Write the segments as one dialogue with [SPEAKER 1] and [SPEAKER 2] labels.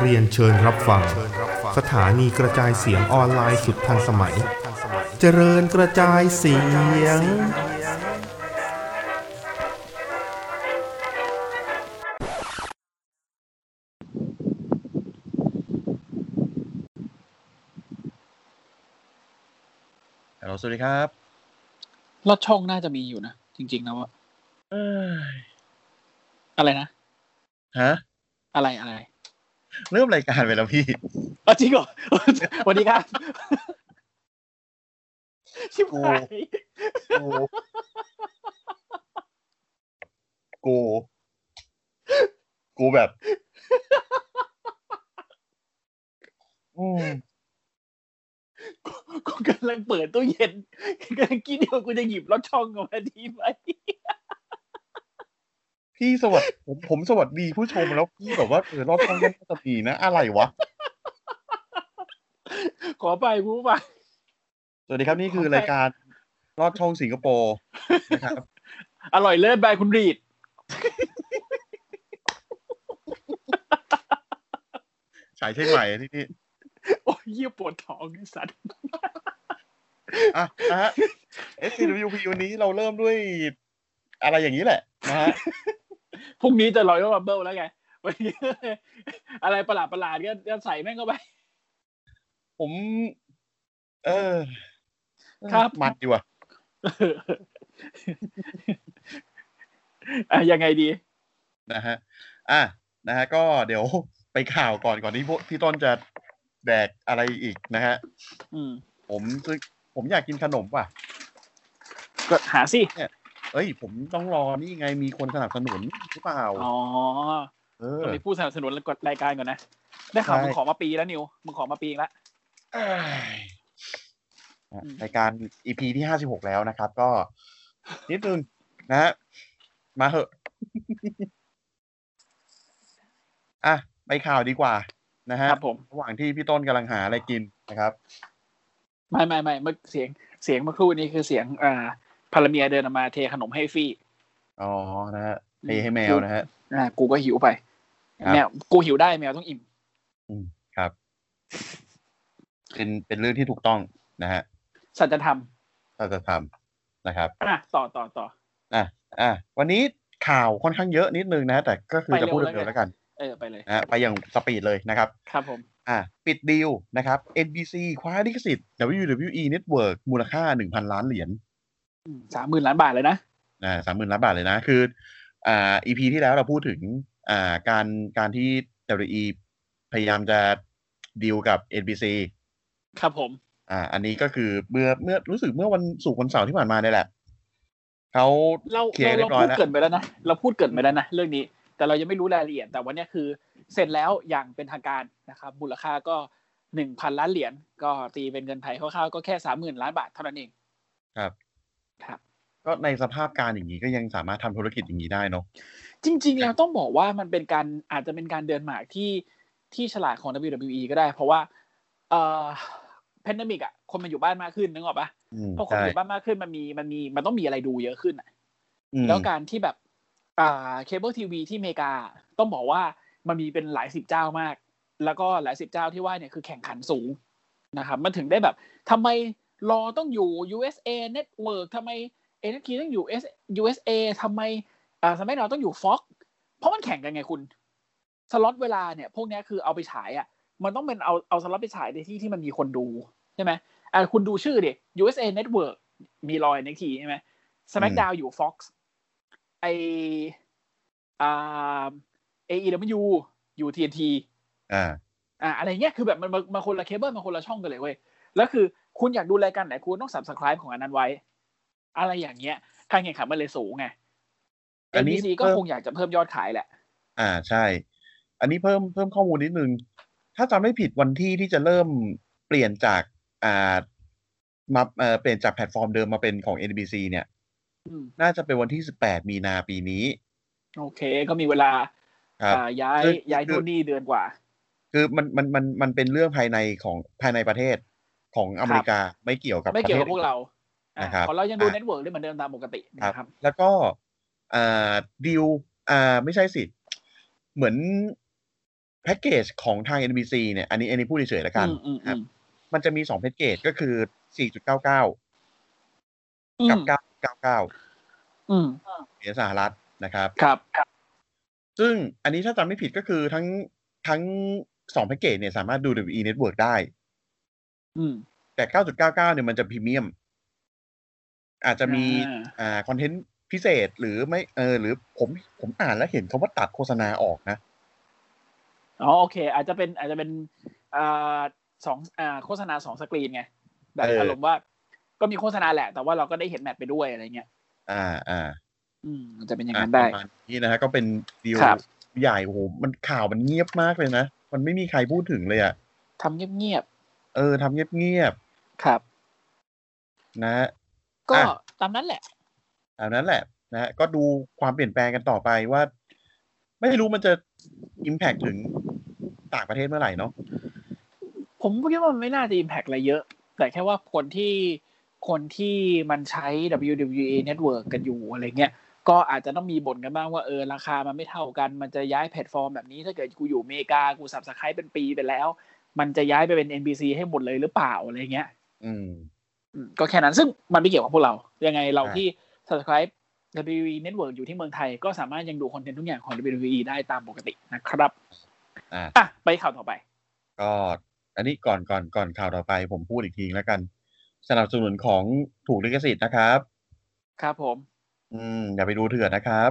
[SPEAKER 1] เรียนเชิญรับฟัง สถานีกระจายเสียงออนไลน์สุดทันสมัย เจริญกระจายเสียง
[SPEAKER 2] ฮัลโหลสวัสดีครับ
[SPEAKER 3] ลอดช่องน่าจะมีอยู่นะ จริง ๆ แล้วอะ
[SPEAKER 2] เอ้ย
[SPEAKER 3] อะไรนะ
[SPEAKER 2] ฮะ
[SPEAKER 3] อะไรอะไร
[SPEAKER 2] เริ่มรายการไปแล้วพี่
[SPEAKER 3] อ๋อจริงเหรอ สวัสดีครับ ชิบหาย
[SPEAKER 2] โก โก โกแบบอืม
[SPEAKER 3] กูกำลังเปิดตู้เย็นกำลังคิดอยู่ว่ากูจะหยิบลอดช่องออกมาดีไหม
[SPEAKER 2] พี่สวัสดีผมผมสวัสดีผู้ชมแล้วพี่แบบว่าเออรอบช่องก็น่าจะดีนะ อะไรวะ
[SPEAKER 3] ขอไปกูไป
[SPEAKER 2] สวัสดีครับนี่คือรายการรอบช่องสิงคโปร์นะครับ
[SPEAKER 3] อร่อยเลิศบายคุณรีด
[SPEAKER 2] สายเชียงใหม่ที่นี่
[SPEAKER 3] โอ้ยเยี่ยปวดท้องไอ้สัตว์
[SPEAKER 2] อ่ะนะฮะ SCWP วันนี้เราเริ่มด้วย อะไรอย่างนี้แหละนะฮะ
[SPEAKER 3] พรุ่งนี้จะลอยว่าบับเบิลแล้วไงวันนี้ อะไรประหลาดประหลาดๆก็ก็ใส่แม่งเข้าไป
[SPEAKER 2] ผม เออ
[SPEAKER 3] ครับ
[SPEAKER 2] มันดีว่ะ
[SPEAKER 3] อ่ะยังไงดี
[SPEAKER 2] นะฮะ อ่ะนะฮะ ก็เดี๋ยว ไปข่าวก่อนก่อนที่พวกพี่ต้นจะแดกอะไรอีกนะฮะ
[SPEAKER 3] อืม
[SPEAKER 2] ผมซึ่งผมอยากกินขนมว่ะ
[SPEAKER 3] ก็หาสิ
[SPEAKER 2] เอ้ย ผมต้องรอนี่ไงมีคนสนับสนุนหรือเปล่า
[SPEAKER 3] อ๋อ
[SPEAKER 2] เออ
[SPEAKER 3] เรามีผู้สนับสนุนกดรายการก่อนนะ ได้ข่าว
[SPEAKER 2] ใช่
[SPEAKER 3] มึงขอมาปีแล้วนิว มึงขอมาปีแล้ว
[SPEAKER 2] เอ้ยนะรายการ EP ที่ห้าสิบหกแล้วนะครับ ก็นิดนึงนะฮะ มาเหอะ อ่ะ ไปข่าวดีกว่า นะฮะ
[SPEAKER 3] ครับผม
[SPEAKER 2] ระหว่างที่พี่ต้นกำลังหาอะไรกินนะครับ
[SPEAKER 3] ไม่ไม่ไม่เมื่อเสียงเสียงเมื่อครู่นี้คือเสียงอ่าภรรเมียเดินออกมาเทขนมให้ฟรี่
[SPEAKER 2] อ๋อ นะฮะเทให้แมวนะฮะ
[SPEAKER 3] อ่ากูก็หิวไป
[SPEAKER 2] ครับ
[SPEAKER 3] แมวกูหิวได้แมวต้องอิ่ม
[SPEAKER 2] เป็นเป็นเรื่องที่ถูกต้องนะฮะ
[SPEAKER 3] สัจธรรม
[SPEAKER 2] ถ้าจะทำนะครับ
[SPEAKER 3] อ่ะต่อต่อต่อ
[SPEAKER 2] อ่ะอ่ะวันนี้ข่าวค่อนข้างเยอะนิดนึงนะฮะแต่ก็คือ
[SPEAKER 3] ไปเร็
[SPEAKER 2] จะ
[SPEAKER 3] ว
[SPEAKER 2] พูด
[SPEAKER 3] แล้วกั
[SPEAKER 2] เร็
[SPEAKER 3] น
[SPEAKER 2] วๆแล้วกัน
[SPEAKER 3] เออไปเลย
[SPEAKER 2] นะฮะไปอย่างสปีดเลยนะครับ
[SPEAKER 3] ครับผม
[SPEAKER 2] อ่ะปิดดีลนะครับ NBC คว้าลิขสิทธิ์ WWE Network มูลค่า 1,000 ล้านเหรียญ
[SPEAKER 3] สามหมื่นล้านบาทเลยนะ
[SPEAKER 2] นะสามหมื่นล้านบาทเลยนะ คือ อ่า EP ที่แล้วเราพูดถึง อ่า การการที่ WWE พยายามจะดีลกับ NBC
[SPEAKER 3] ครับผม
[SPEAKER 2] อ่า อันนี้ก็คือเมื่อเมื่อรู้สึกเมื่อวันศุกร์วันเสาร์ที่ผ่านมาเนี่ยแหละเขา
[SPEAKER 3] เรา
[SPEAKER 2] เคลียร์เรี
[SPEAKER 3] เราเรา
[SPEAKER 2] ยบร้อย
[SPEAKER 3] พูด
[SPEAKER 2] แล้ว
[SPEAKER 3] เกรินไปแล้วนะ เราพูดเกรินไปแล้วนะ เรื่องนี้ แต่เรายังไม่รู้รายละเอียด แต่วันเนี้ยคือเสร็จแล้วอย่างเป็นทางการนะครับ มูลค่าก็หนึ่งพันล้านเหรียญ ก็ตีเป็นเงินไทยคร่าวๆ ก็แค่สามหมื่นล้านบาทเท่านั้นเอง
[SPEAKER 2] ก็ในสภาพการอย่างนี้ก็ยังสามารถทำธุรกิจอย่างนี้ได้เนาะ
[SPEAKER 3] จริงๆ แล้วต้องบอกว่ามันเป็นการอาจจะเป็นการเดินหมากที่ที่ฉลาดของ WWE ก็ได้ เพราะว่าเอ่อพนดมิกอ่ะ คนมันอยู่บ้านมากขึ้นนึกออกปะ
[SPEAKER 2] อืม
[SPEAKER 3] พอคน
[SPEAKER 2] ใช่
[SPEAKER 3] อยู่บ้านมากขึ้นมันมีมันมีมันต้องมีอะไรดูเยอะขึ้นอะ
[SPEAKER 2] อืม
[SPEAKER 3] แล้วการที่แบบ อ่าเคเบิลทีวีที่อเมริกา ต้องบอกว่ามันมีเป็นหลายสิบเจ้ามาก แล้วก็หลายสิบเจ้าที่ว่าเนี่ยคือแข่งขันสูงนะครับ มันถึงได้แบบทำไมรอต้องอยู่ USA Network ทำไม NXT ต้องอยู่ S USA ทำไมอ่าสมัยเราต้องอยู่ Fox เพราะมันแข่งกันไงคุณ สล็อตเวลาเนี่ย พวกเนี้ยคือเอาไปฉายอ่ะ มันต้องเป็นเอาเอาสล็อตไปฉายในที่ที่มันมีคนดูใช่ไหมอ่าคุณดูชื่อดิ USA Network มีรอย NXT ใช่ไหม SmackDown อยู่ Fox ไออ่า AEW อยู่ TNT
[SPEAKER 2] อ่า
[SPEAKER 3] อ่าอะไรเงี้ยคือแบบมันมันมันคนละเคเบิลมันคนละช่องกันเลยเว้ย แล้วคือคุณอยากดูรายการไหนคุณต้อง subscribe ของอันนั้นไว้ อะไรอย่างเงี้ยการแข่งขันมันเลยสูงไง
[SPEAKER 2] อันนี้
[SPEAKER 3] NBC ก็คงอยากจะเพิ่มยอดขายแหละ
[SPEAKER 2] อ่าใช่ อันนี้เพิ่มเพิ่มข้อมูลนิดนึง ถ้าจำไม่ผิดวันที่ที่จะเริ่มเปลี่ยนจากอ่ามาเอ่อเปลี่ยนจากแพลตฟอร์มเดิมมาเป็นของ NBC เนี่ย
[SPEAKER 3] อืม
[SPEAKER 2] น่าจะเป็นวันที่ 18 มีนาปีนี้
[SPEAKER 3] โอเค ก็มีเวลา
[SPEAKER 2] ครับ
[SPEAKER 3] อ่าย้าย
[SPEAKER 2] คือ
[SPEAKER 3] ย้าย
[SPEAKER 2] คือ
[SPEAKER 3] นู่นนี่เดือนกว่า
[SPEAKER 2] คือมันมันมันมันเป็นเรื่องภายในของภายในประเทศของอเมริกาไม่เกี่ยวกับ
[SPEAKER 3] ไม่เกี่ยวกับ
[SPEAKER 2] ปะทศ
[SPEAKER 3] พวกเราอ่า
[SPEAKER 2] นะครับ
[SPEAKER 3] ของเรายังดู
[SPEAKER 2] อ่ะ
[SPEAKER 3] เน็ตเวิร์กได้เหมือนเดิมตามปกตินะครับ
[SPEAKER 2] แล้วก็ อ่าดิวอ่าไม่ใช่สิ เหมือนแพ็กเกจของทาง NBC เนี่ย อันนี้อันนี้พูดเฉยๆแล้วกัน
[SPEAKER 3] อืมอืม
[SPEAKER 2] ครั
[SPEAKER 3] อื
[SPEAKER 2] บ
[SPEAKER 3] ม
[SPEAKER 2] มันจะมีสองแพ็กเกจก็คือ 4.99
[SPEAKER 3] อื
[SPEAKER 2] กับ
[SPEAKER 3] ม
[SPEAKER 2] 9.99
[SPEAKER 3] อืม
[SPEAKER 2] เหรียญสหรัฐนะครับ
[SPEAKER 3] ครับครับ
[SPEAKER 2] ซึ่งอันนี้ถ้าจำไม่ผิดก็คือทั้งทั้งสองแพ็กเกจเนี่ยสามารถดู WE Network ได้
[SPEAKER 3] อืม
[SPEAKER 2] แต่ 9.99 เนี่ยมันจะพรีเมียม อาจจะมี
[SPEAKER 3] อ่า
[SPEAKER 2] อ่าคอนเทนต์พิเศษหรือไม่เออหรือผมผมอ่านแล้วเห็นคำว่าตัดโฆษณาออกนะ
[SPEAKER 3] อ๋อโอเค อาจจะเป็นอาจจะเป็นอ่าสองอ่าโฆษณาสองสกรีนไงแบบ
[SPEAKER 2] เอออ
[SPEAKER 3] อารมณ์ว่า ก็มีโฆษณาแหละ แต่ว่าเราก็ได้เห็นแมตช์ไปด้วยอะไรเงี้ย
[SPEAKER 2] อ่าอ่า
[SPEAKER 3] อืมมันจะเป็นอย่าง
[SPEAKER 2] อ่า
[SPEAKER 3] นั้น
[SPEAKER 2] ป
[SPEAKER 3] ได้
[SPEAKER 2] ระมาณนี้นะฮะก็เป็นดีล
[SPEAKER 3] ครับ
[SPEAKER 2] ใหญ่โอ้โหมันข่าวมันเงียบมากเลยนะ มันไม่มีใครพูดถึงเลยอะ่ะ
[SPEAKER 3] ทำเงียบ
[SPEAKER 2] เออทำเงียบ
[SPEAKER 3] ๆครับ
[SPEAKER 2] ๆนะ
[SPEAKER 3] ก็
[SPEAKER 2] อ่ะ
[SPEAKER 3] ตามนั้นแหละ
[SPEAKER 2] ตามนั้นแหละนะฮะก็ดูความเปลี่ยนแปลงกันต่อไปว่า ไม่รู้มันจะอิมแพ t ถึงต่างประเทศเมื่อไหร่เนาะ
[SPEAKER 3] ผมคิดว่ามันไม่น่าจะ impact อะไรเยอะ แต่แค่ว่าคนที่คนที่มันใช้ WWE Network กันอยู่อะไรเงี้ย ก็อาจจะต้องมีบ่นกันบ้างว่าเออราคามันไม่เท่ากัน มันจะย้ายแพลตฟอร์มแบบนี้ถ้าเกิดกูอยู่อเมริกา กูสับสไครเป็นปีไปแล้ว มันจะย้ายไปเป็น NBC ให้หมดเลยหรือเปล่าอะไรเงี้ย
[SPEAKER 2] อืม
[SPEAKER 3] อืมก็แค่นั้นซึ่งมันไม่เกี่ยวกับพวกเรา ยังไงเรา
[SPEAKER 2] อ่า
[SPEAKER 3] ที่ subscribe WWE Network อยู่ที่เมืองไทย ก็สามารถยังดูคอนเทนต์ทุกอย่างของ WWE ได้ตามปกตินะครับ
[SPEAKER 2] อ่า
[SPEAKER 3] อ่ะไปข่าวต่อไป
[SPEAKER 2] ก็อันนี้ก่อนก่อนก่อนข่าวต่อไป ผมพูดอีกทีแล้วกัน สนับสนุนของถูกลิขสิทธิ์นะครับ
[SPEAKER 3] ครับผม
[SPEAKER 2] อืม อย่าไปดูเถื่อนนะครับ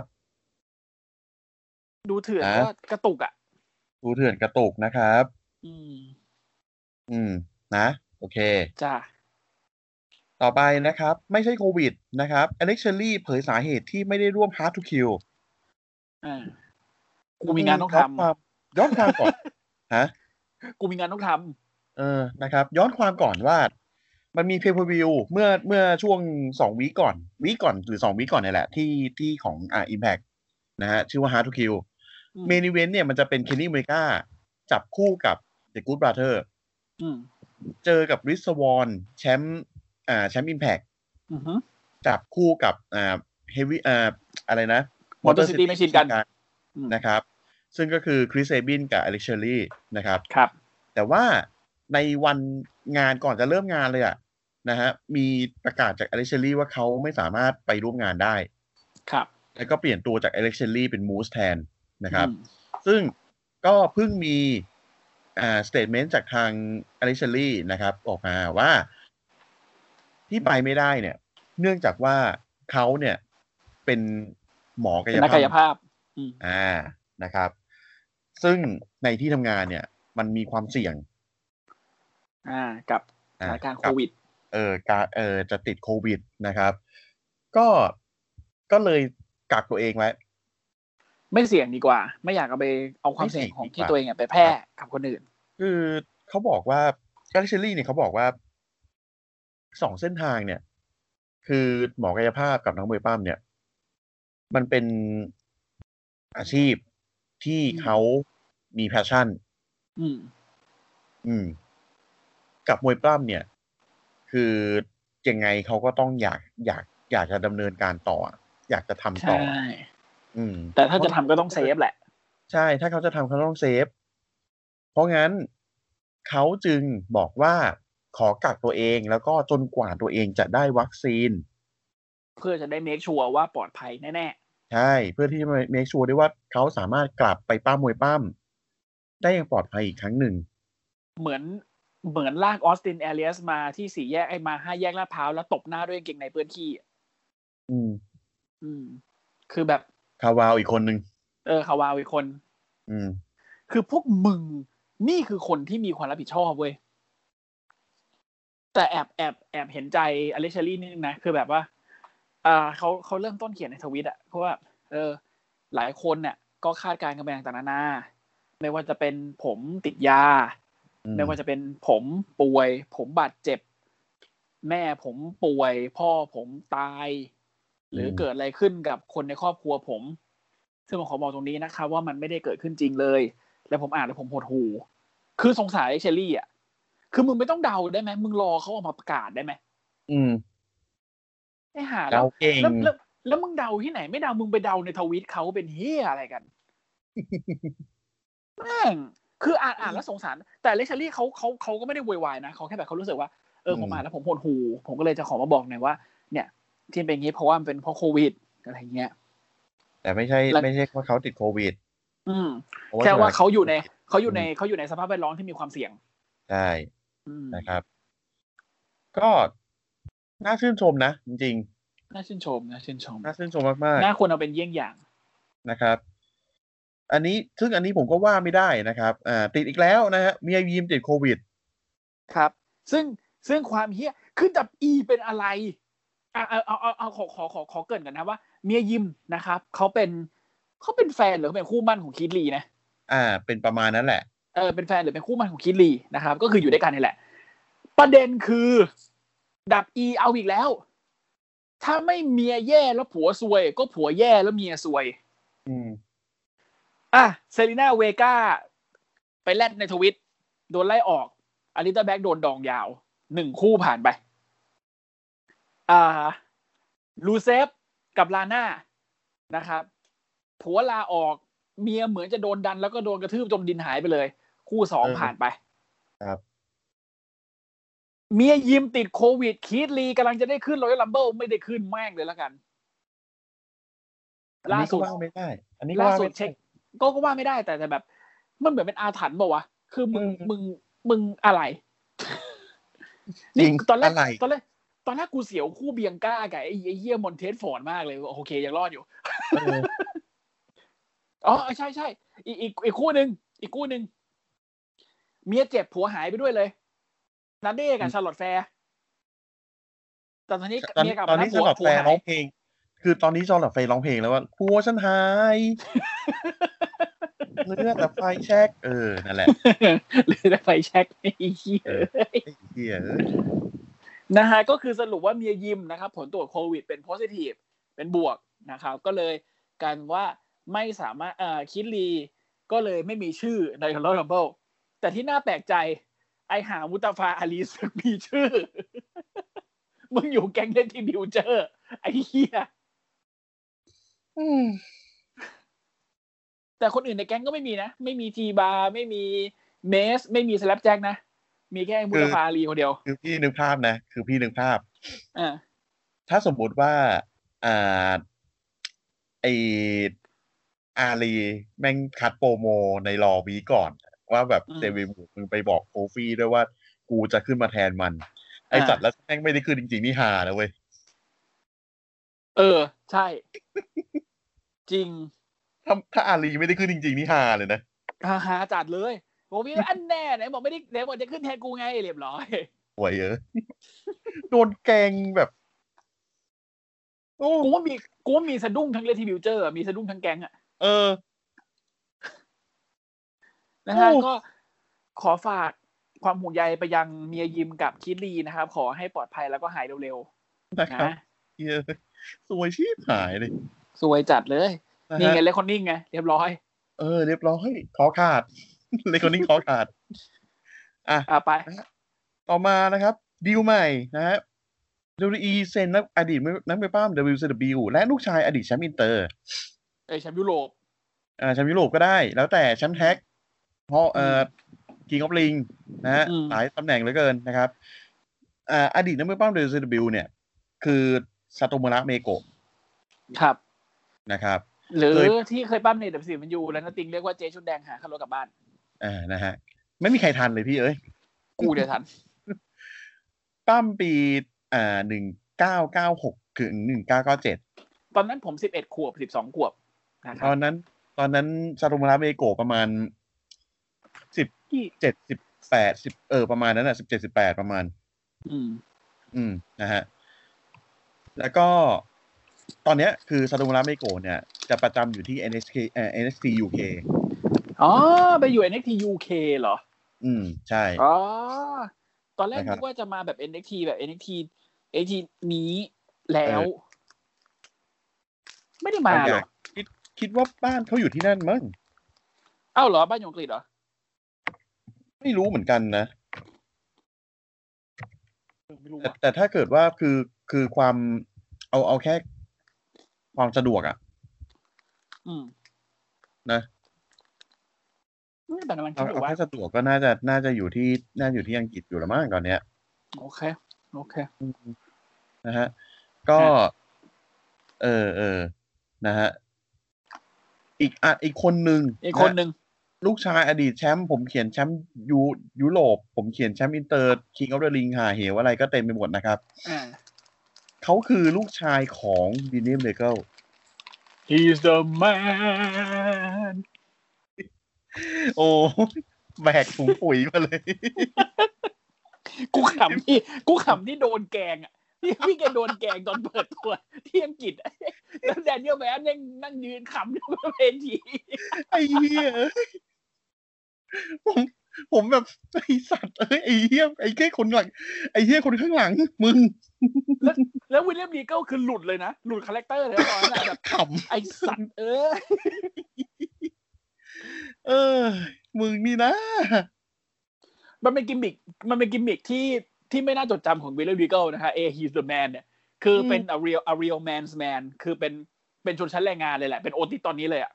[SPEAKER 3] ดูเถื่อน
[SPEAKER 2] อ่ะ
[SPEAKER 3] ก็กระตุกอ่ะ
[SPEAKER 2] ดูเถื่อนกระตุกนะครับ
[SPEAKER 3] อืม
[SPEAKER 2] อืม นะ โอเค
[SPEAKER 3] จ้า
[SPEAKER 2] ต่อไปนะครับ ไม่ใช่โควิดนะครับอเล็กเชอรี่เผยสาเหตุที่ไม่ได้ร่วม Hard to Kill
[SPEAKER 3] อ่ากูมีงานต้องท
[SPEAKER 2] ย้อนความย้อนความก่อน ฮะ
[SPEAKER 3] ำกูมีงานต้องท
[SPEAKER 2] เออ นะครับ ย้อนความก่อนว่า มันมีเพย์ v วิวเมื่อเมื่อช่วงสองวีก่อนวีก่อนหรือสองวีก่อนเนี่ยแหละ ที่ที่ของอ่าอิมแพกนะฮะ ชื่อว่า Hard to Kill
[SPEAKER 3] ำอืม
[SPEAKER 2] เมนิเวนเนี่ยมันจะเป็นเคนนี่เมกาจับคู่กับเดอะกู d บราเธอร์
[SPEAKER 3] อืม
[SPEAKER 2] เจอกับริสวอนแชมป์อ่าแชมป์อิมแพก
[SPEAKER 3] อือฮึ
[SPEAKER 2] จับคู่กับอ่าเฮฟวี่อ่าอะไรนะ
[SPEAKER 3] Motor City Machine Gun อืม
[SPEAKER 2] นะครับ ซึ่งก็คือคริสเซบินกับอเล็กเชอรี่นะครับ
[SPEAKER 3] ครับ
[SPEAKER 2] แต่ว่าในวันงานก่อนจะเริ่มงานเลยอะนะฮะมีประกาศจากอเล็กเชอรี่ว่าเขาไม่สามารถไปร่วมงานได้
[SPEAKER 3] ครับ
[SPEAKER 2] แล้วก็เปลี่ยนตัวจากอเล็กเชอรี่เป็นมูสแทนนะครับ
[SPEAKER 3] อืม
[SPEAKER 2] ซึ่งก็เพิ่งมีอ่าสเตทเมนต์จากทางอลิเชอรี่นะครับ ออกมาว่าที่ไปไม่ได้เนี่ย เนื่องจากว่าเขาเนี่ยเป็นหมอกา
[SPEAKER 3] เป็น
[SPEAKER 2] ย
[SPEAKER 3] นักกาย
[SPEAKER 2] ภาพ
[SPEAKER 3] ภาพ อืม
[SPEAKER 2] อ่านะครับ ซึ่งในที่ทำงานเนี่ย มันมีความเสี่ยง
[SPEAKER 3] อ่า กับส
[SPEAKER 2] อ่
[SPEAKER 3] ถานการณ์โค
[SPEAKER 2] กับ
[SPEAKER 3] วิด
[SPEAKER 2] เออการเออจะติดโควิดนะครับ ก็ก็เลยกักตัวเองไว้
[SPEAKER 3] ไม่เสี่ยงดีกว่า ไม่อยากเอาไปเอาความเสี่ยงของที่ตัวเองอะไปแพร่กับคนอื่น
[SPEAKER 2] คือเขาบอกว่าแกลเชอรี่เนี่ยเขาบอกว่าสองเส้นทางเนี่ย คือหมอกายภาพกับน้องมวยปั้มเนี่ย มันเป็นอาชีพที่
[SPEAKER 3] อืม
[SPEAKER 2] เขามีแพชชั่น
[SPEAKER 3] อืม
[SPEAKER 2] อืม กับมวยปล้ำเนี่ย คือยังไงเขาก็ต้องอยากอยาก อยากจะดำเนินการต่อ อยากจะทำต่
[SPEAKER 3] ใช่
[SPEAKER 2] อ อืม
[SPEAKER 3] แต่ถ้าจะทำก็ต้องเซฟแหละ
[SPEAKER 2] ใช่ ถ้าเขาจะทำเขาต้องเซฟ เพราะงั้นเขาจึงบอกว่าขอกักตัวเองแล้วก็จนกว่าตัวเองจะได้วัคซีน
[SPEAKER 3] เพื่อจะได้ make sure ว่าปลอดภัยแน่
[SPEAKER 2] ใช่ เพื่อที่จะเมคชัวร์ได้ว่าเขาสามารถกลับไปป้ามวยป้ามได้อย่างปลอดภัยอีกครั้งหนึ่ง
[SPEAKER 3] ๆ เหมือนเหมือนลากออสตินแอเรียสมาที่สี่แยกไอ้มาห้าแยกลาดพร้าวแล้วตบหน้าด้วยกางเก่งในเปื้อนขี้อะ
[SPEAKER 2] อืม
[SPEAKER 3] อืม คือแบบ
[SPEAKER 2] คาวาวอีกคนหนึ่ง
[SPEAKER 3] เออคาวาวอีกคน
[SPEAKER 2] อืม
[SPEAKER 3] คือพวกมึงนี่คือคนที่มีความรับผิดชอบเว้ย แต่แอบแอบแอบเห็นใจอเล็กเชอรี่นิดนึงนะ คือแบบว่า อ่าเขาเขาเริ่มต้นเขียนในทวิตอะเพราะว่า เออ หลายคนเนี่ยก็คาดการณ์กันไปต่างๆนานา ไม่ว่าจะเป็นผมติดยา
[SPEAKER 2] อืม
[SPEAKER 3] ไม่ว่าจะเป็นผมป่วย ผมบาดเจ็บ แม่ผมป่วย พ่อผมตาย หรือเกิดอะไรขึ้นกับคนในครอบครัวผม ซึ่งผมขอบอกตรงนี้นะคะว่ามันไม่ได้เกิดขึ้นจริงเลย แล้วผมอ่านแล้วผมหดหู คือสงสารไอ้เชอรี่อ่ะ คือมึงไม่ต้องเดาได้ไหมมึงรอเขาออกมาประกาศได้ไหม
[SPEAKER 2] อืม
[SPEAKER 3] ไอ้ห่าแล้
[SPEAKER 2] เรา
[SPEAKER 3] ว
[SPEAKER 2] เก่ง
[SPEAKER 3] แล้วแล้ว แล้วมึงเดาที่ไหนไม่เดามึงไปเดาในทวีตเขาเป็นเฮียอะไร กัน แม่งคืออ่านอ่านแล้วสงสาร แต่เลชลี่เขาเขาเขาก็ไม่ได้โวยวายนะเขาแค่แบบเขารู้สึกว่าเออ
[SPEAKER 2] อืม
[SPEAKER 3] ผมอ่านแล้วผมหดหูผมก็เลยจะขอมาบอกหน่อยว่า เนี่ยที่เป็นอย่างงี้เพราะว่ามันเป็นเพราะโควิดอะไรเงี้ย
[SPEAKER 2] แต่ไม่ใช่
[SPEAKER 3] แล้ว
[SPEAKER 2] ไม่ใช่ว่าเขาติดโควิด
[SPEAKER 3] อืม
[SPEAKER 2] เพระ
[SPEAKER 3] แค่ว่า
[SPEAKER 2] สถน
[SPEAKER 3] เขาอยู่ในเขาอยู่ในเขาอยู่ในสภาพแวดล้อมที่มีความเสี่ยง
[SPEAKER 2] ใช่
[SPEAKER 3] อืม
[SPEAKER 2] นะครับ ก็น่าชื่นชมนะ จริง
[SPEAKER 3] น่าชื่นชมน่าชื่นชม
[SPEAKER 2] ๆ น่าชื่นชมมาก
[SPEAKER 3] น่าควรเอาเป็นเยี่ยงอย่าง
[SPEAKER 2] ๆนะครับ อันนี้ซึ่งอันนี้ผมก็ว่าไม่ได้นะครับอ่าติดอีกแล้วนะฮะเมียยีมติดโควิด
[SPEAKER 3] ครับ ซึ่งซึ่งความเฮี้ยขึ้นกับอีเป็นอะไรอ่ะเอาเอาเอาเอาขอขอขอขอเกรินกันนะว่าเมียยิมนะครับเขาเป็นเขาเป็นแฟนหรือเป็นคู่หมั่นของคิดลีนะ
[SPEAKER 2] อ่า เป็นประมาณนั้นแหละ
[SPEAKER 3] เออเป็นแฟนหรือเป็นคู่หมั่นของคิดลีนะครับ ก็คืออยู่ด้วยกันนี่แหละ ประเด็นคือ ดับอีเอาอีกแล้ว ถ้าไม่เมียแย่แล้วผัวซวย ก็ผัวแย่แล้วเมียซวย
[SPEAKER 2] อืม
[SPEAKER 3] อ่ะเซรีนาเวกาไปแลดในทวิต โดนไล่ออกอลิตาแบ็กโดนดองยาวหนึ่งคู่ผ่านไป อ่าลูเซฟกับลาน่านะครับ ผัวลาออกเมียเหมือนจะโดนดันแล้วก็โดนกระทืบจมดินหายไปเลย คู่สอง
[SPEAKER 2] เออ
[SPEAKER 3] ผ่านไป
[SPEAKER 2] ครับ
[SPEAKER 3] เมียยิมติดโควิดคีดลีกำลังจะได้ขึ้นรอยัลลัมเบิลไม่ได้ขึ้นแม่งเลยละกัน
[SPEAKER 2] อันนี้ก็ว่าไม่ได้ อันนี้ก็
[SPEAKER 3] ล่า
[SPEAKER 2] ว่า
[SPEAKER 3] สุ
[SPEAKER 2] ไม่
[SPEAKER 3] ด
[SPEAKER 2] ได้
[SPEAKER 3] เช็คก็ก็ว่าไม่ได้แต่แต่แบบ มันเหมือนเป็นอาถรรพ์บอกว่าวะคือมึง
[SPEAKER 2] อืม
[SPEAKER 3] มึงมึงอะไร
[SPEAKER 2] จริง
[SPEAKER 3] นี่ตอนแรก
[SPEAKER 2] อะไร
[SPEAKER 3] ตอนแรกตอนแรกกูเสียวคู่เบียงก้ากับไอ้ไอ้เยี่ยมอนเทสฟอร์ดมากเลยโอเคยังรอดอยู่
[SPEAKER 2] เออ
[SPEAKER 3] อ๋อใช่ใช่อีกอีกอีกคู่หนึ่งอีกคู่หนึ่งเมียเจ็บผัวหายไปด้วยเลยนัดเด้กับชาร์ลอตแฟร์แต่ตอนนี้
[SPEAKER 2] ตอน
[SPEAKER 3] เมี
[SPEAKER 2] นี้
[SPEAKER 3] ยกลับ
[SPEAKER 2] ตอ
[SPEAKER 3] มาน
[SPEAKER 2] นี้
[SPEAKER 3] แล้ว
[SPEAKER 2] สำ
[SPEAKER 3] ผัว
[SPEAKER 2] หรับ
[SPEAKER 3] ผั
[SPEAKER 2] แฟ
[SPEAKER 3] วน หา
[SPEAKER 2] ร้อย งเพลง คือตอนนี้สำหรับแฟนร้องเพลงแล้วว่าครัวฉันหายเลือดแต่ไฟแช็กเออนั่นแหละ
[SPEAKER 3] ห รือไฟแช็กไอ้เหี้ย
[SPEAKER 2] ไอ้เหี้ยเออ
[SPEAKER 3] นะฮะก็คือสรุปว่าเมียยิมนะครับผลตรวจโควิดเป็นโพ i ิทีฟเป็นบวกนะครับ ก็เลยกลารว่าไม่สามารถเอ่อคิดลีก็เลยไม่มีชื่อในคอนโดรัมเบิลแต่ที่น่าแปลกใจ ไอหามุตาฟาอาลีซึ่งมีชื่อ มึงอยู่แก๊งเล่นที่บิวเจอร์ ไอ้เหี้ย
[SPEAKER 2] อืม
[SPEAKER 3] แต่คนอื่นในแก๊งก็ไม่มีนะ ไม่มีจีบาไม่มีเมส ไม่มีสแลปแจ็คนะ มีแค่ไอ้มุตาฟาอาลีคนเดียว
[SPEAKER 2] คือพี่นึกภาพนะ คือพี่นึกภาพ
[SPEAKER 3] อ่า
[SPEAKER 2] ถ้าสมมติว่า อ่าไออารีแม่งคัดโปรโมในรอวีก่อน ว่าแบบเดวิดมึงไปบอกโคฟี่ด้วยว่า กูจะขึ้นมาแทนมัน ไอสัตว์แล้วแม่งไม่ได้ขึ้นจริงๆนี่ฮานะเว้ย
[SPEAKER 3] เออ ใช่ จริง
[SPEAKER 2] ถ้าถ้าอารีไม่ได้ขึ้นจริง ๆ นี่ฮาเลยนะ
[SPEAKER 3] ฮ่าฮาจัดเลยผมมีอันแน่ไหนบอกไม่ได้ไหนบอกจะขึ้นแทนกูไงเรียบร้อย
[SPEAKER 2] หวยเย อะ โดนแกล้งแบบ โอ้
[SPEAKER 3] กูว่ามีกูว่ามีสะดุ้งทั้งเลทีบิวเจอร์มีสะดุ้งทั้งแก๊งอะ
[SPEAKER 2] เออ
[SPEAKER 3] นะฮะ
[SPEAKER 2] โอ้
[SPEAKER 3] ก็ขอฝากความห่วงใยไปยังเมียยิมกับคิดลีนะครับ ขอให้ปลอดภัยแล้วก็หายเร็ว
[SPEAKER 2] นะ
[SPEAKER 3] ๆ
[SPEAKER 2] ครับ
[SPEAKER 3] นะ
[SPEAKER 2] เหี้ยสวยชีพหายเลย
[SPEAKER 3] สวยจัดเลย
[SPEAKER 2] นะ
[SPEAKER 3] นี่
[SPEAKER 2] ฮะ
[SPEAKER 3] ไงเลคอนนิ่งไงเรียบร้อย
[SPEAKER 2] เออ เรียบร้อยคอขาด เลคอนนิ่งคอขาด อ่ะ
[SPEAKER 3] อ่ะไป
[SPEAKER 2] ต่อมานะครับ ดีลใหม่นะฮะ WWE เซ็นนักอดีตนักมวยปล้าม WCW และลูกชายอดีตแชมป์อินเตอร์
[SPEAKER 3] เอยแชมป์ยุโรป
[SPEAKER 2] อ่าแชมป์ยุโรปก็ได้ แล้วแต่แชมป์แท็กเพราะเอ่อกิงออฟลิงนะฮะ
[SPEAKER 3] อืม
[SPEAKER 2] หลายตำแหน่งเหลือเกินนะครับอ่าอดีตนักมวยปล้าม WCW เนี่ย คือซาโตมุระเมโกะ
[SPEAKER 3] ครับ
[SPEAKER 2] นะครับ
[SPEAKER 3] หรือ
[SPEAKER 2] เคย
[SPEAKER 3] ที่เคยปั้มในดับสี่มันยูแล้วนติงเรียกว่าเจชุดแดงหาขับรถกลับบ้าน
[SPEAKER 2] อ่านะฮะ ไม่มีใครทันเลยพี่เอ้ย
[SPEAKER 3] กูเดี๋ยวทัน
[SPEAKER 2] ปล้ามปีอ่าหนึ่งเก้าเก้าหกถึงหนึ่งเก้าเก้าเจ็ด
[SPEAKER 3] ตอนนั้นผมสิบเอ็ดขวบสิบสองขวบนะค
[SPEAKER 2] ต
[SPEAKER 3] รั
[SPEAKER 2] อบ นนั้น ตอนนั้นซาโตมุระเมโกะประมาณสิบเจ็ดสิบแปดสิบเออประมาณนั้นอ่ะสิบเจ็ดสิบแปดประมาณ
[SPEAKER 3] อืม
[SPEAKER 2] อืมนะฮะ แล้วก็ตอนเนี้ยคือซาโตมุระเมโกะเนี่ย จะประจำอยู่ที่ NSK เอ่อ NST UK
[SPEAKER 3] อ๋อ ไปอยู่ NXT UK เหรอ
[SPEAKER 2] อืม ใช่
[SPEAKER 3] อ๋อ ตอนแรก
[SPEAKER 2] นะครับ
[SPEAKER 3] นึกว่าจะมาแบบ NXT แบบ NXT NXT นี้แล้ว ไม่ได้มาเหรอ
[SPEAKER 2] คิดคิดว่าบ้านเขาอยู่ที่นั่นมั้ง
[SPEAKER 3] เอ้าเหรอ บ้านอยู่อังกฤษเหรอ
[SPEAKER 2] ไม่รู้เหมือนกันนะ
[SPEAKER 3] ไม่รู้
[SPEAKER 2] แต่
[SPEAKER 3] ว่ะ
[SPEAKER 2] แต่ถ้าเกิดว่าคือคือความเอาเอาแค่ ความสะดวกอะ
[SPEAKER 3] อืม
[SPEAKER 2] นะ
[SPEAKER 3] เอ้ยแต่กำลัง
[SPEAKER 2] เอา
[SPEAKER 3] คิดอยู่
[SPEAKER 2] เอา
[SPEAKER 3] ว่า
[SPEAKER 2] แค่สะดวกก็น่าจะน่าจะอยู่ที่น่าจะอยู่ที่อังกฤษอยู่ละมั้งตอนเนี้ย
[SPEAKER 3] โอเค โอเค
[SPEAKER 2] นะฮะ ก็ เออเออนะฮะ อีกอ่ะอีกคนหนึ่ง
[SPEAKER 3] อีกคนห
[SPEAKER 2] ะ
[SPEAKER 3] นึ่ง
[SPEAKER 2] ลูกชายอดีตแชมป์ผมเขียนแชมป์ยูยุโรป ผมเขียนแชมป์อินเตอร์คิงออฟเดอะลิงหาเหวอะไรก็เต็มไปหมดนะครับ
[SPEAKER 3] อ่า
[SPEAKER 2] เขาคือลูกชายของดีเนียมเลเกล
[SPEAKER 3] he's the man
[SPEAKER 2] โอ้ยแบกถุงปุ๋ยมาเลย
[SPEAKER 3] กูขำที่กูขำที่โดนแกล้งอ่ะ ที่พี่แกโดนแกล้งตอนเปิดตัวที่อังกฤษอะ แล้วแดเนียลแบนยังนั่งยืนขำอยู่บนเวที
[SPEAKER 2] ไอ้เหี้ยผมผมแบบไอสัตว์เอ้ยไอ้เหี้ยไอ้แค่คนหลังไอ้เหี้ยคนข้างหลัง มึง
[SPEAKER 3] แล้ววิลเลียมดีเก็คือหลุดเลยนะ หลุดคาแรคเตอร์เลยตอนนั้นอะแบบ
[SPEAKER 2] ขำ
[SPEAKER 3] ไอสัตว์เออ
[SPEAKER 2] เออ มึงนี่นะ
[SPEAKER 3] มันเป็นกิมมิค มันเป็นกิมมิคที่ที่ไม่น่าจดจำของวิลเลียมดีเกิลนะฮะ A he's the man เนี่ย คือเป็น a real a real man's man คือเป็นเป็นชนชั้นแรงงานเลยแหละ เป็นโอติตอนนี้เลยอ่ะ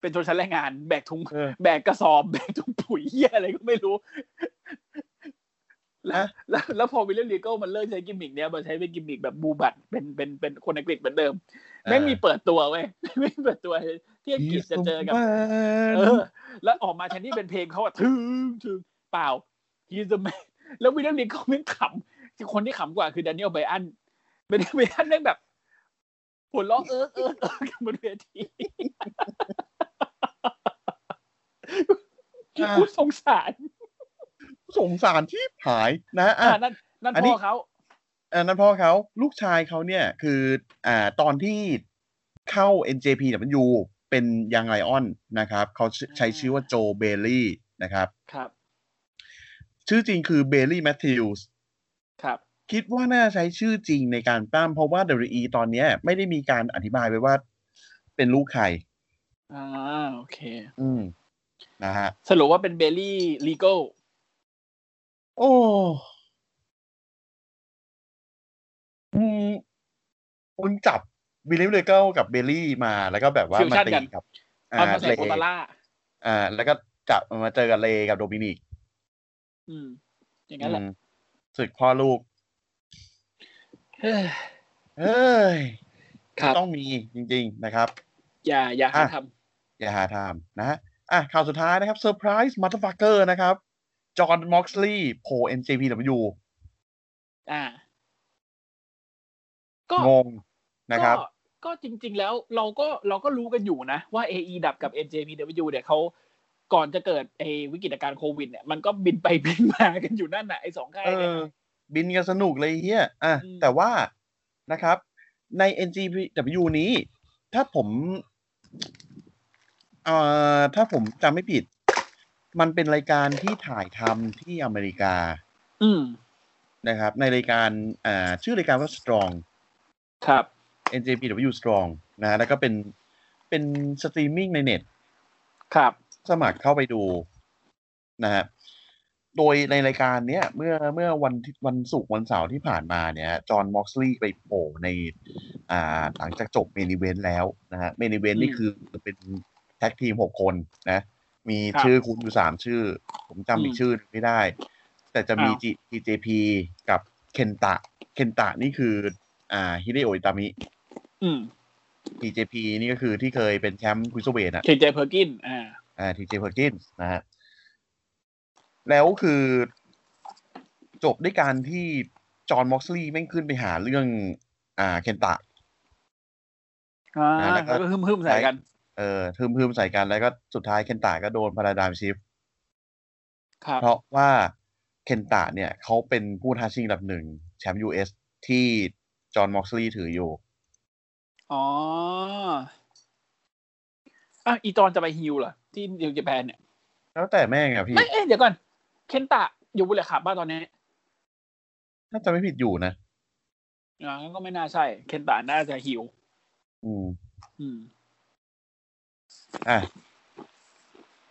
[SPEAKER 3] เป็นชนชั้นแรงงานแบกถุง
[SPEAKER 2] เออ
[SPEAKER 3] แบกกระสอบ แบกถุงปุ๋ยเหี้ยอะไรก็ไม่รู้ แล้วแล้วแล้วพอวิลเลียมดีเกิลมันเลิกใช้กิมมิคเนี้ยมันใช้เป็นกิมมิคแบบบูบัตเป็นเป็นเป็นคนอังกฤษเหมือนเดิม ไม่งมีเปิดตัวเว้ย ไม่งเปิดตัวที่อังกฤษจะเจอกับ เออแล้วออกมาแทนที่เป็นเพลงเขาอะถึงถึงเปล่า he's the man แล้ววิลเลียมลิงก็ไม่งขำที่คนที่ขำกว่าคือแดเนียลไบรอันแดเนียลไบรอันแม่งแบบหัวเราะเอิร์กเอิร์กเอิร์กกันบนเวที
[SPEAKER 2] อ่า
[SPEAKER 3] กูสงสาร
[SPEAKER 2] สงสารที่หายนะอ่ะ
[SPEAKER 3] อ่านั่นนั่น
[SPEAKER 2] อันนี้
[SPEAKER 3] พ่อเขา
[SPEAKER 2] อันนั้นพ่อเขาลูกชายเขาเนี่ย คืออ่าตอนที่เข้า NJPW เป็นยังไลออนนะครับ เขาใช้ชื่อว่าโจเบลลี่นะครับ
[SPEAKER 3] ครับ
[SPEAKER 2] ชื่อจริงคือเบลลี่แมทธิวส์
[SPEAKER 3] ครับ
[SPEAKER 2] คิดว่าน่าใช้ชื่อจริงในการตั้มเพราะว่า WE ตอนเนี้ยไม่ได้มีการอธิบายไว้ว่าเป็นลูกใคร
[SPEAKER 3] อ่าโอเค
[SPEAKER 2] อืมนะฮะ
[SPEAKER 3] สรุปว่าเป็นเบลลี่ลีโก้
[SPEAKER 2] โอ้อืมมึงจับบิลลี่เลเกลกับเบลลี่มาแล้วก็แบบว่ามาตีกับ
[SPEAKER 3] เอามาใส่
[SPEAKER 2] เล
[SPEAKER 3] โคตาล่า
[SPEAKER 2] อ่า แล้วก็จับมาเจอกับเลกับโดมินิก
[SPEAKER 3] อืม อย่างนั้นแหละ
[SPEAKER 2] อืมศึกพ่อลูก
[SPEAKER 3] เฮ้ย
[SPEAKER 2] เฮ้ย
[SPEAKER 3] ครับ
[SPEAKER 2] ต้องมีจริง ๆ นะครับ
[SPEAKER 3] อย่าอย่าหา
[SPEAKER 2] อ่ะ
[SPEAKER 3] ทำ
[SPEAKER 2] อย่าหาทำนะฮะอ่ะข่าวสุดท้ายนะครับเซอร์ไพรส์มัตเตอร์ฟักเกอร์นะครับ จอห์นม็อกซ์ลีย์โผล่ NJPW
[SPEAKER 3] อ่า ก็
[SPEAKER 2] งงนะครับ
[SPEAKER 3] ก็ก็จริง ๆ แล้วเราก็เราก็รู้กันอยู่นะ ว่า AE ดับกับ NJPW เนี่ยเขาก่อนจะเกิดไอ้วิกฤตการณ์โควิดเนี่ยมันก็บินไปบินมากันอยู่นั่นน่ะไอ้สองค่าย
[SPEAKER 2] เอ
[SPEAKER 3] เนี่ย
[SPEAKER 2] อ บินกันสนุกเลยเฮียอ่ะ
[SPEAKER 3] อืม
[SPEAKER 2] แต่ว่านะครับ ใน NGPW นี้ ถ้าผมเอ่อถ้าผมจำไม่ผิด มันเป็นรายการที่ถ่ายทำที่อเมริกา
[SPEAKER 3] อืม
[SPEAKER 2] นะครับ ในรายการอ่าชื่อรายการว่า Strong
[SPEAKER 3] ครับ
[SPEAKER 2] NJPW Strong นะฮะแล้วก็เป็นเป็นสตรีมมิ่งในเน็ต
[SPEAKER 3] ครับ
[SPEAKER 2] สมัครเข้าไปดูนะฮะ โดยในรายการเนี้ย เมื่อเมื่อวันที่วันศุกร์วันเสาร์ที่ผ่านมาเนี่ยจอห์นม็อกซ์ลีย์ไปโผล่ใน อ่า หลังจากจบเมนิเวนแล้วนะฮะเมนิเวน
[SPEAKER 3] อืม
[SPEAKER 2] นี่คือเป็นแท็กทีมหกคนนะ มี
[SPEAKER 3] ครับ
[SPEAKER 2] ชื่อคุณอยู่สามชื่อ ผมจำอี
[SPEAKER 3] อื
[SPEAKER 2] ก
[SPEAKER 3] ม
[SPEAKER 2] ชื่อไม่ได้ แต่จะมี
[SPEAKER 3] อ้าว
[SPEAKER 2] จี JP กับเคนตะ เคนตะนี่คือ อ่าฮิเดโออิตามิ
[SPEAKER 3] อืม
[SPEAKER 2] TJP นี่ก็คือที่เคยเป็นแชมป์คุยสเวทอะ
[SPEAKER 3] เคเจเพอร์กิน อ่า
[SPEAKER 2] อ่าทีเจเพอร์กินส์นะฮะ แล้วคือจบด้วยการที่จอห์นม็อกซ์ลีย์แม่งขึ้นไปหาเรื่อง อ่าเคนตะ
[SPEAKER 3] อ่า
[SPEAKER 2] อ่าแล้วก็
[SPEAKER 3] แล้วก็ฮึ่มๆใส่กัน
[SPEAKER 2] เออทึมพึมใส่กันแล้วก็สุดท้ายเคนตะก็โดนพาราดามชิฟ
[SPEAKER 3] ครับ
[SPEAKER 2] เพราะว่าเคนตะเนี่ย เขาเป็นผู้ท้าชิงอันดับหนึ่งแชมป์ยูเอสที่จอห์นม็อกซ์ลีย์ถืออยู่
[SPEAKER 3] อ๋ออ่ะอีจอนจะไปฮิวเหรอ ที่นิวจีแปนเนี่ย
[SPEAKER 2] แล้วแต่แม่งอะพี่
[SPEAKER 3] ไม่เอ๊ะเดี๋ยวก่อน เคนตะอยู่บุรีขับบ้าตอนนี้
[SPEAKER 2] น่าจะไม่ผิดอยู่นะ
[SPEAKER 3] อ่างั้นก็ไม่น่าใช่ เคนตะน่าจะหิว
[SPEAKER 2] อืม
[SPEAKER 3] อืม
[SPEAKER 2] อ่ะ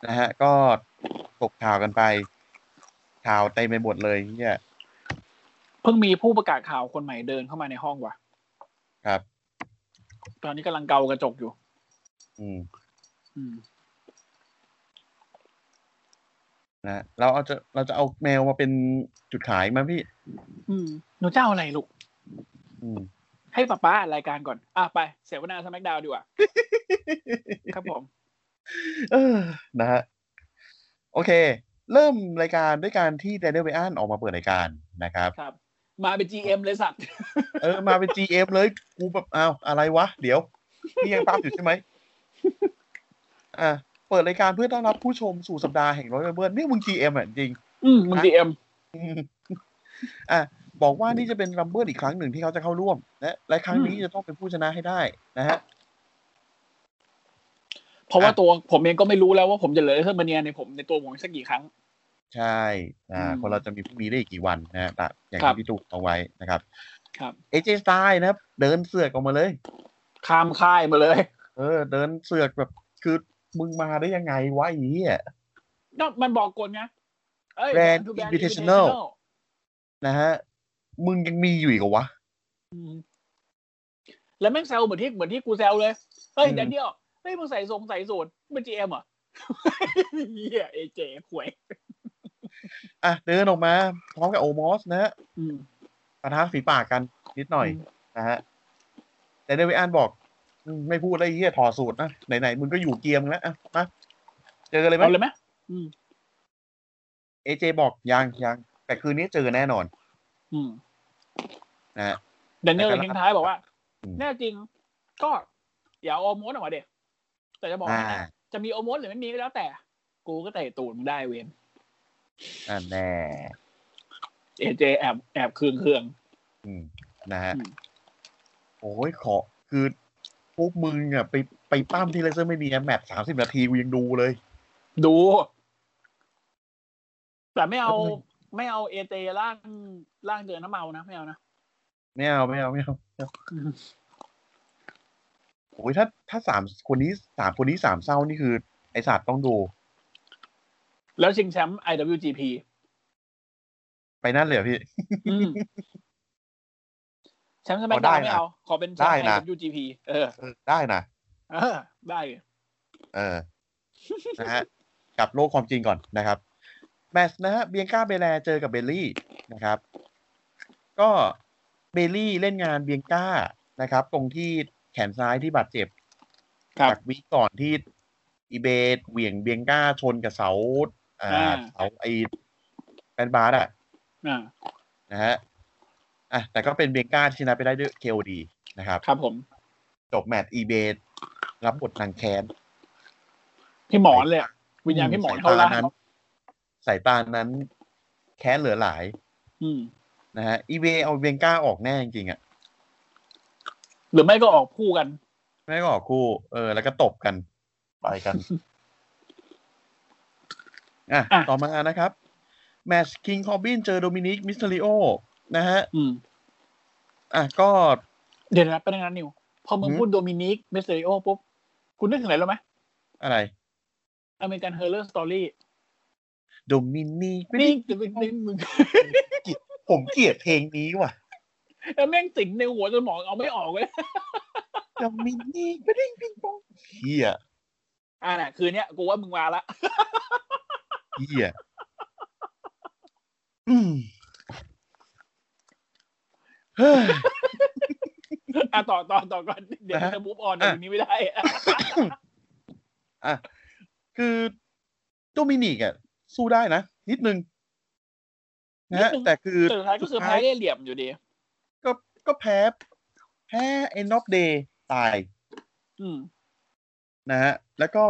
[SPEAKER 2] นะฮะ ก็ตกข่าวกันไป ข่าวเต็มไปหมดเลยเนี่ย
[SPEAKER 3] เพิ่งมีผู้ประกาศข่าวคนใหม่เดินเข้ามาในห้องว่ะ
[SPEAKER 2] ครับ
[SPEAKER 3] ตอนนี้กำลังเกากระจกอยู่
[SPEAKER 2] อืม
[SPEAKER 3] อืม
[SPEAKER 2] นะเราเอาจะเราจะเอาแมวมาเป็นจุดขายมั้ยพี่
[SPEAKER 3] อืมหนูจะเอาอะไรลูก
[SPEAKER 2] อืม
[SPEAKER 3] ให้ป้าป้าอ่านรายการก่อน อ่ะไป เสวนาสมักดาวดี กว่า ครับผม
[SPEAKER 2] เออนะฮะโอเค เริ่มรายการด้วยการที่แดเนียลเบอันออกมาเปิดรายการนะครับ
[SPEAKER 3] ครับ มาเป็น GM เลยสัตว์
[SPEAKER 2] เออ มาเป็น GM เลย กูแบบอ้าวอะไรวะ เดี๋ยว นี่ยังตามอยู่ใช่ไหมอ่าเปิดรายการเพื่อต้อนรับผู้ชมสู่สัปดาห์แห่งร้อยเบอร์นี่มึง GM อ่ะจริง
[SPEAKER 3] อืมมึง GM
[SPEAKER 2] อ่ะบอกว่านี่จะเป็นรัมเบิลอีกครั้งหนึ่งที่เขาจะเข้าร่วมนะและครั้งนี้จะต้องเป็นผู้ชนะให้ได้นะฮะ
[SPEAKER 3] เพราะว่า
[SPEAKER 2] อ่ะ
[SPEAKER 3] ตัวผมเองก็ไม่รู้แล้วว่าผมจะเหลือเทอร์มาเนียในผมในตัวผมสักกี่ครั้ง
[SPEAKER 2] ใช่อ่า
[SPEAKER 3] อืม
[SPEAKER 2] คนเราจะมีพรุ่งนี้ได้อีกกี่วันนะฮะแต่อย่าง
[SPEAKER 3] ครับ
[SPEAKER 2] ที่พี่ตู่เอาไว้นะครับ
[SPEAKER 3] ครับ
[SPEAKER 2] เอเจสไตล์นะครับ เดินเสือกออกมาเลย
[SPEAKER 3] ข้ามค่ายมาเลย
[SPEAKER 2] เออ เดินเสือกแบบคือมึงมาได้ยังไงวะไอเหีย
[SPEAKER 3] นอกมันบอกกลไงเอ้ย
[SPEAKER 2] Grand
[SPEAKER 3] Welcome to Grand
[SPEAKER 2] Invitational
[SPEAKER 3] Invitational
[SPEAKER 2] นะฮะ มึงยังมีอยู่อีกเหรอวะ
[SPEAKER 3] อืมแล้วแม่งแซวเหมือนที่เหมือนที่กูแซวเลย เฮ้ย
[SPEAKER 2] อืม
[SPEAKER 3] แดเนียลเฮ้ยมึงใส่ทรงใส่สูทมึง GM เหรอ เหี้ยเอเจหวย
[SPEAKER 2] อ่ะ เดินออกมาพร้อมกับโอมอสนะฮะ
[SPEAKER 3] อืม
[SPEAKER 2] ปะทะฝีปากกันนิดหน่อย นะฮะ แต่เดวิดอันบอกอืมไม่พูดอะไรเฮียถอดสูตรนะ ไหนๆ มึงก็อยู่เกียมงแล้วอ่ะมาเจอกันเลยไหม
[SPEAKER 3] เอาเลยไหม
[SPEAKER 2] เอเจบอกยังยังแต่คืนนี้เจอแน่นอน
[SPEAKER 3] อืม
[SPEAKER 2] นะฮะ
[SPEAKER 3] แดเนียลเลยทิ้งท้ายบอกว่า
[SPEAKER 2] อืม
[SPEAKER 3] แน่จริง ก็อย่าเอาโอมอสออกมาเด็แต่จะบอก
[SPEAKER 2] อ่า
[SPEAKER 3] ให้นะจะมีโอมอสหรือไม่มีก็แล้วแต่ กูก็เตะตูดมึงได้เวน
[SPEAKER 2] อ่าแน่
[SPEAKER 3] เอเจแอบแอบเคืองเคือง
[SPEAKER 2] อืมนะฮะ
[SPEAKER 3] อืม
[SPEAKER 2] โอ้ยขอคือพวกมึงอ่ะไปไปปั้มที่เลเซอร์ไม่มีแมตสามสิบนาทีกูยังดูเลย
[SPEAKER 3] ๆดู แต่ไม่เอา
[SPEAKER 2] แล้วมึง
[SPEAKER 3] ไม่เอาเอเจร่างร่างเดือนน้ำเมานะ ไม่เอานะ
[SPEAKER 2] ไม่เอาไม่เอาไม่เอาไม่เอา
[SPEAKER 3] อืม
[SPEAKER 2] โอ้ยถ้าถ้าสามคนนี้สามคนนี้สามเศร้านี่คือ ไอศาสตร์ต้องดู
[SPEAKER 3] แล้วชิงแชมป์ IWGP
[SPEAKER 2] ไปนั่นเลยเหรอพี่
[SPEAKER 3] อืมแชมป์สมั
[SPEAKER 2] อ๋
[SPEAKER 3] ย
[SPEAKER 2] อได้
[SPEAKER 3] ดาว
[SPEAKER 2] นะ
[SPEAKER 3] ไม่เอา ขอเป็นแชมป์
[SPEAKER 2] ได้นะ
[SPEAKER 3] IWGP เออ
[SPEAKER 2] เออได้นะ
[SPEAKER 3] เออ ได้เลย
[SPEAKER 2] เออ นะฮะกลับโลกความจริงก่อนนะครับ แมตช์นะฮะเบียงก้าเบแลเจอกับเบลลี่นะครับ ก็เบลลี่เล่นงานเบียงก้านะครับ ตรงที่แขนซ้ายที่บาดเจ็บ
[SPEAKER 3] ครับ
[SPEAKER 2] จากวีคก่อนที่อีเบดเหวี่ยงเบียงก้าชนกับเสาอ่า
[SPEAKER 3] อ่า
[SPEAKER 2] เสาไอแฟนบาร์ดอะ
[SPEAKER 3] อ่า
[SPEAKER 2] นะฮะอ่ะแต่ก็เป็นเบียงก้าที่ชนะไปได้ด้วยเคดีนะครับ
[SPEAKER 3] ครับผม
[SPEAKER 2] จบแมตช์อีเบดรับบทนางแค้น
[SPEAKER 3] พี่หมอนเลยอะวิญญาณพี่หมอนเข้าร่าง
[SPEAKER 2] สยตนั้นสายตานั้น แค้นเหลือหลาย
[SPEAKER 3] อืม
[SPEAKER 2] นะฮะอีเวเอาเบงก้าออกแน่จริงๆอ่ะ
[SPEAKER 3] หรือไม่ก็ออกคู่กัน
[SPEAKER 2] ไม่ก็ออกคู่ เออ แล้วก็ตบกัน ไปกัน อ่ะ
[SPEAKER 3] อ่ะ
[SPEAKER 2] ต่อมานะครับ แมชคิงคอบินเจอโดมินิกมิสเตอริโอ นะฮะ
[SPEAKER 3] อืม
[SPEAKER 2] อ่ะ ก็
[SPEAKER 3] เดี๋ยวนะเป็นงานนิว พอมึง
[SPEAKER 2] หืม
[SPEAKER 3] พูดโดมินิกเมสเซริโอปุ๊บ คุณนึกถึงอะไรรู้ไหม
[SPEAKER 2] อะไร
[SPEAKER 3] อเมริกันเฮอร์เรอร์สตอรี่
[SPEAKER 2] โดมินิก
[SPEAKER 3] นี่จะเป็นนึงมึง
[SPEAKER 2] ผมเกลียดเพลงนี้ว่ะ
[SPEAKER 3] แล้วแม่งสิงในหัวจนหมองเอาไม่ออกเลย
[SPEAKER 2] โดมินิกไม่ได้ปิงปองเฮีย
[SPEAKER 3] อ่าน่ะ คืนเนี้ยกูว่ามึงมาละ
[SPEAKER 2] เฮียอืมเฮ้ย
[SPEAKER 3] อ่ะต่อต่อต่อก่อนเดี๋ยว
[SPEAKER 2] นะฮะ
[SPEAKER 3] จะมูฟออนใน
[SPEAKER 2] อ่ะ
[SPEAKER 3] นี้ไม่ได้อะ
[SPEAKER 2] อ่ะ คือโดมินิกอ่ะ สู้ได้นะ นิดนึงนะฮะแต่คือ
[SPEAKER 3] แต่สุดท้ายก็คือแพ้ได้เหลี่ยมอยู่ดี
[SPEAKER 2] ก็ก็แพ้ แพ้เอ็นอฟเดย์ตาย
[SPEAKER 3] อืม
[SPEAKER 2] นะฮะ แล้วก็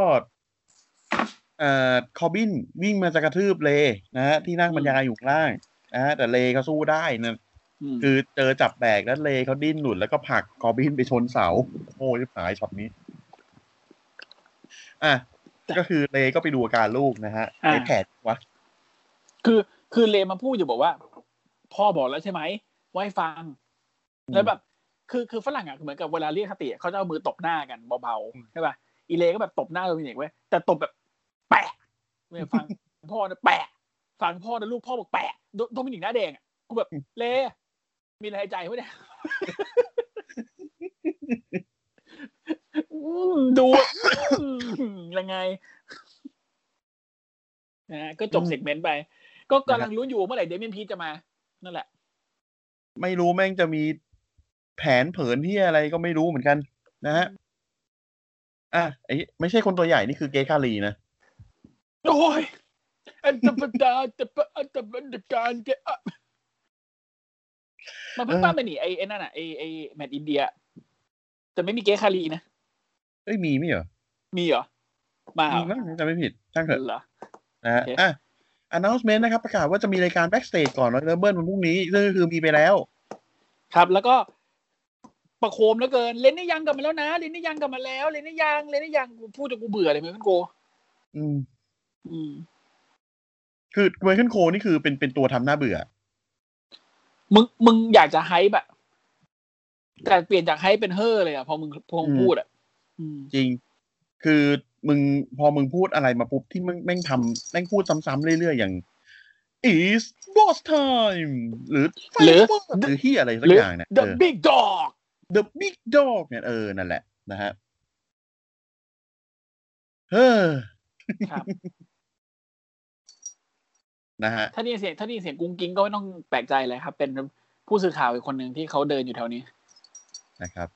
[SPEAKER 2] เอ่อคอบินวิ่งมาจะกระทืบเลนะฮะ ที่นั่งบรรยายอยู่ข้างล่างนะฮะ แต่เลเขาสู้ได้นะ
[SPEAKER 3] อืม
[SPEAKER 2] คือเจอจับแบกแล้วเลเขาดิ้นหลุดแล้วก็ผลักคอบินไปชนเสา โอ้ยหายช็อตนี้ อ่ะ ก็คือเลก็ไปดูอาการลูกนะฮะไอแผลวะ
[SPEAKER 3] คือคือเลมาพูดอยู่บอกว่า พ่อบอกแล้วใช่ไหมไวาให้ฟัง
[SPEAKER 2] อืม
[SPEAKER 3] แล้วแบบ คือคือฝรั่งอ่ะเหมือนกับเวลาเรียกคติอะเขาจะเอามือตบหน้ากันเบา
[SPEAKER 2] อืม
[SPEAKER 3] ๆใช่ป่ะอีเลก็แบบตบหน้าโดมินิกไว้ยแต่ตบแบบ แปะไม่ฟัง พ่อนะแปะฟังพ่อนะลูกพ่อบอกแปะโดโดมินิกหน้าแดงอ่ะกูแบบเล มีอะไรในใจไหมเนี่ย ดู ยังไงนะฮะก็จบเซกเมนต์ไป ก็กำลังลุ้นอยู่ว่าเมื่อไหร่เดเมียนพีทจะมา นั่นแหละ
[SPEAKER 2] ไม่รู้แม่งจะมีแผนเผินที่อะไรก็ไม่รู้เหมือนกันนะฮะ อ่ะไอ้ไม่ใช่คนตัวใหญ่นี่คือเกย์คาลีนะ
[SPEAKER 3] โอ้ยอันตรดาจะปะอันตรดการแกอะมันเพิ่ง
[SPEAKER 2] เออ
[SPEAKER 3] ปั้นไปนี่ไอ้ไอ้นั่นอ่ะไอ้ไอ้แมตช์อินเดีย แต่ไม่มีเกคารีนะ
[SPEAKER 2] เอ้ยมีไม่เหรอ
[SPEAKER 3] มีเหรอ มาเหร
[SPEAKER 2] มี
[SPEAKER 3] อ
[SPEAKER 2] มั้งจำไม่ผิดช่างเถอะ
[SPEAKER 3] เหรอ
[SPEAKER 2] นะฮะ
[SPEAKER 3] โอเค
[SPEAKER 2] อ่ะ announcement นะครับ ประกาศว่าจะมีรายการ backstage ก่อนรอยเริ่มเบิ้ลวันพรุ่งนี้ซึ่งก็คือมีไปแล้ว
[SPEAKER 3] ครับแล้วก็ประโคมเหลือเกิน เล่นนี่ยังกลับมาแล้วนะ เล่นนี่ยังกลับมาแล้ว เล่นนี่ยังเล่นนี่ยังกูพูดจนกูเบื่อเลยเหมือนกันโก
[SPEAKER 2] อืม
[SPEAKER 3] อืม
[SPEAKER 2] คือเวอร์ชันโคนี่คือเป็นเป็นตัวทำหน้าเบื่อ
[SPEAKER 3] มึงมึงอยากจะไฮป์อะแต่เปลี่ยนจากไฮป์เป็นเฮ่อเลยอะพอมึงพอมึง
[SPEAKER 2] อืม
[SPEAKER 3] พูดอะอืม
[SPEAKER 2] จริง คือมึงพอมึงพูดอะไรมาปุ๊บที่มึงแม่งทำแม่งพูดซ้ำๆเรื่อยๆ อย่าง is boss time หรือ
[SPEAKER 3] หรือ
[SPEAKER 2] Fireball หรือที่อะไรสั
[SPEAKER 3] ห
[SPEAKER 2] ก
[SPEAKER 3] รือ
[SPEAKER 2] อ
[SPEAKER 3] อ
[SPEAKER 2] ย่างเนี่ย
[SPEAKER 3] The
[SPEAKER 2] เออ
[SPEAKER 3] Big Dog
[SPEAKER 2] the big dog เนี่ยเออ นั่นแหละนะฮะเฮ้อ
[SPEAKER 3] ครับ
[SPEAKER 2] นะฮะ
[SPEAKER 3] ถ้าได้ยินเสียงถ้าได้ยินเสียงกุ้งกิ้งก็ไม่ต้องแปลกใจเลยครับ เป็นผู้สื่อข่าวอีกคนหนึ่งที่เขาเดินอยู่แถวนี้
[SPEAKER 2] นะครับ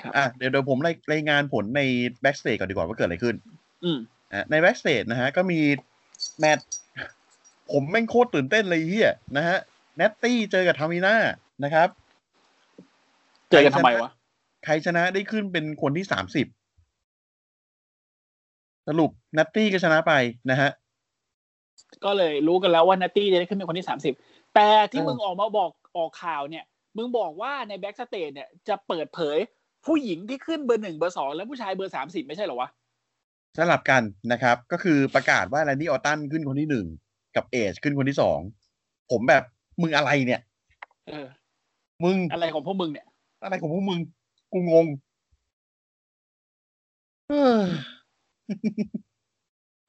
[SPEAKER 3] ครับ
[SPEAKER 2] อ่ะเดี๋ยวเดี๋ยวผมรายรายงานผลใน backstage ก่อนดีกว่าว่าเกิดอะไรขึ้น
[SPEAKER 3] อืม
[SPEAKER 2] นะในแบ็กสเตจนะฮะ ก็มีแมตช์ผมแม่งโคตรตื่นเต้นเลยเฮียนะฮะแนตตี้เจอกับทามิน่านะครับ
[SPEAKER 3] เจอกันทำไมวะ
[SPEAKER 2] ใครชนะได้ขึ้นเป็นคนที่สามสิบสรุปแนตตี้ก็ชนะไปนะฮะ
[SPEAKER 3] ก็เลยรู้กันแล้วว่านัตตี้จะได้ขึ้นเป็นคนที่สามสิบแต่ที่
[SPEAKER 2] เออ
[SPEAKER 3] มึงออกมาบอกออกข่าวเนี่ย มึงบอกว่าในแบ็กสเตจเนี่ยจะเปิดเผยผู้หญิงที่ขึ้นเบอร์หนึ่งเบอร์สองและผู้ชายเบอร์สามสิบไม่ใช่เหรอวะ
[SPEAKER 2] สลับกันนะครับ ก็คือประกาศว่าแ a นดี้ออตตันขึ้นคนที่หนึ่งกับเอชขึ้นคนที่สองผมแบบมึงอะไรเนี่ย
[SPEAKER 3] เออ
[SPEAKER 2] มึง
[SPEAKER 3] อะไรของพวกมึงเนี่ย
[SPEAKER 2] อะไรของพวกมึง กูงงเออ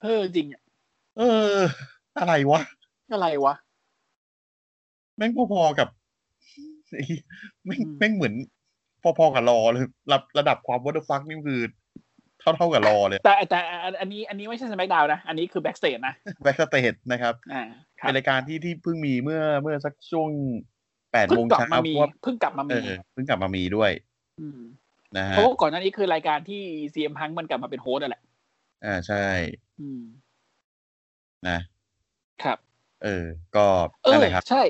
[SPEAKER 3] เฮ้อจริงอะ
[SPEAKER 2] เออ อะไรวะ
[SPEAKER 3] อะไรวะ
[SPEAKER 2] แม่งพอๆกับ ไอ้แม่ง
[SPEAKER 3] อืม
[SPEAKER 2] แม่งเหมือน พอๆกับรอเลยระระดับความวัต t ฟักนี่คือ เท่าๆกับรอเลย
[SPEAKER 3] แต่แต่อันอันนี้อันนี้ไม่ใช่สมักดาวนะ อันนี้คือแบ็กสเตจนะ
[SPEAKER 2] แบ็กสเตจนะครับ
[SPEAKER 3] อ่าครั
[SPEAKER 2] เป็
[SPEAKER 3] บ
[SPEAKER 2] นรายการที่ที่เพิ่งมีเมื่อเมื่อสักช่วงแปด
[SPEAKER 3] เพิ่
[SPEAKER 2] โม
[SPEAKER 3] ง
[SPEAKER 2] ง
[SPEAKER 3] กลับ
[SPEAKER 2] เช้า
[SPEAKER 3] มา
[SPEAKER 2] เพ
[SPEAKER 3] มี
[SPEAKER 2] ราะว่า
[SPEAKER 3] เพิ่งกลับมา
[SPEAKER 2] เอ
[SPEAKER 3] มี
[SPEAKER 2] อเพิ่งกลับมามีด้วย
[SPEAKER 3] ม
[SPEAKER 2] นะ
[SPEAKER 3] เพ
[SPEAKER 2] ฮะ
[SPEAKER 3] ราะว่าก่อนหน้านี้คือรายการที่ซีเอ็มพังมันกลับมาเป็นโฮสต์นั่นแหละ
[SPEAKER 2] อ่าใช่
[SPEAKER 3] อืม
[SPEAKER 2] นะครับ เออ ก็
[SPEAKER 3] เอ
[SPEAKER 2] นั่น
[SPEAKER 3] อ
[SPEAKER 2] แหละครับ
[SPEAKER 3] ใช่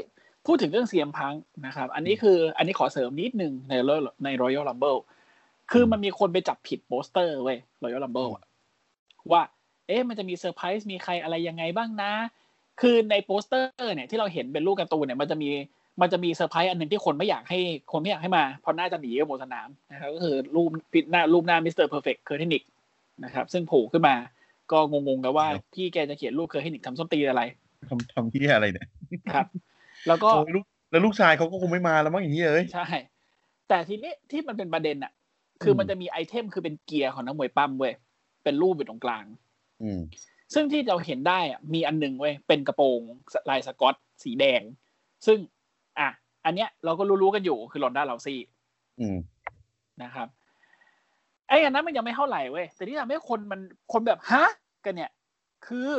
[SPEAKER 3] พูดถึงเรื่องซีเอ็มพังนะครับ อันนี้คือ อันนี้ขอเสริมนิดนึงใน Royal ใน Royal Rumble คือมันมีคนไปจับผิดโปสเตอร์เว้ย Royal Rumble อะว่า เอ๊ะมันจะมีเซอร์ไพรส์มีใครอะไรยังไงบ้างนะ คือในโปสเตอร์เนี่ยที่เราเห็นเป็นรูปการ์ตูนเนี่ยมันจะมีมันจะมีเซอร์ไพรส์อันหนึ่งที่คนไม่อยากให้คนไม่อยากให้มาเพราะน่าจะหนีกันหมดสนามนะครับก็คือรูปปิดหน้ารูปหน้ามิสเตอร์เพอร์เฟกต์เคอร์เทนิกนะครับ ซึ่งโผล่ขึ้นมาก็งงๆกันว่า
[SPEAKER 2] ครับ
[SPEAKER 3] พี่แกจะเขียนรูปเคอร์เทนิกทำส้นตีนอะไร
[SPEAKER 2] ทำทำที่อะไรเนี่ย
[SPEAKER 3] ครับ แล้วก็
[SPEAKER 2] โอ้ยลูกแล้วลูกชายเขาก็คงไม่มาแล้วมั้งอย่างนี้เอ้ย
[SPEAKER 3] ใช่ แต่ทีนี้ที่มันเป็นประเด็นอะคืออ
[SPEAKER 2] ม
[SPEAKER 3] มันจะมีไอเทมคือเป็นเกียร์ของนักมวยปั้มเว้ย เป็นรูปอยู่ตรงกลาง
[SPEAKER 2] อืม
[SPEAKER 3] ซึ่งที่เราเห็นได้อะมีอันหนึ่งเว้ย เป็นกระโปรงลายสกอตสีแดง ซึ่ง อ่ะ อันเนี้ยเราก็รู้ๆกันอยู่คือลอนด้าเลาซี่
[SPEAKER 2] อืม
[SPEAKER 3] นะครับ ไอ้อันนั้นมันยังไม่เท่าไหร่เว้ย แต่ที่ทำให้คนมันคนแบบฮะกันเนี่ย คือ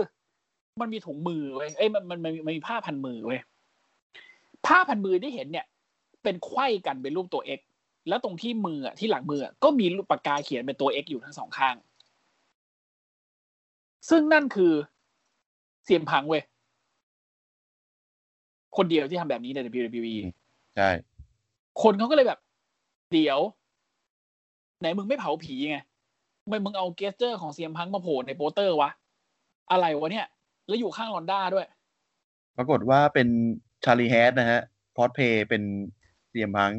[SPEAKER 3] มันมีถุงมือเว้ย เอ้ยมันมันมันมันมีผ้าพันมือเว้ย ผ้าพันมือที่เห็นเนี่ย เป็นไขว้กันเป็นรูปตัว X แล้วตรงที่มืออะที่หลังมืออะก็มีรูปปากกาเขียนเป็นตัว X อยู่ทั้งสองข้าง ซึ่งนั่นคือเสียมพังเว้ย คนเดียวที่ทำแบบนี้ใน WWE
[SPEAKER 2] อืม ใช่
[SPEAKER 3] คนเขาก็เลยแบบ เดี๋ยว ไหนมึงไม่เผาผีไงทำไมมึงเอาเกสเจอร์ของเซียมพังมาโผล่ในโปสเตอร์วะ อะไรวะเนี่ย แล้วอยู่ข้างลอนด้าด้วย
[SPEAKER 2] ปรากฏว่าเป็นชาลีแฮดนะฮะคอสเพย์เป็นเตรียมพัง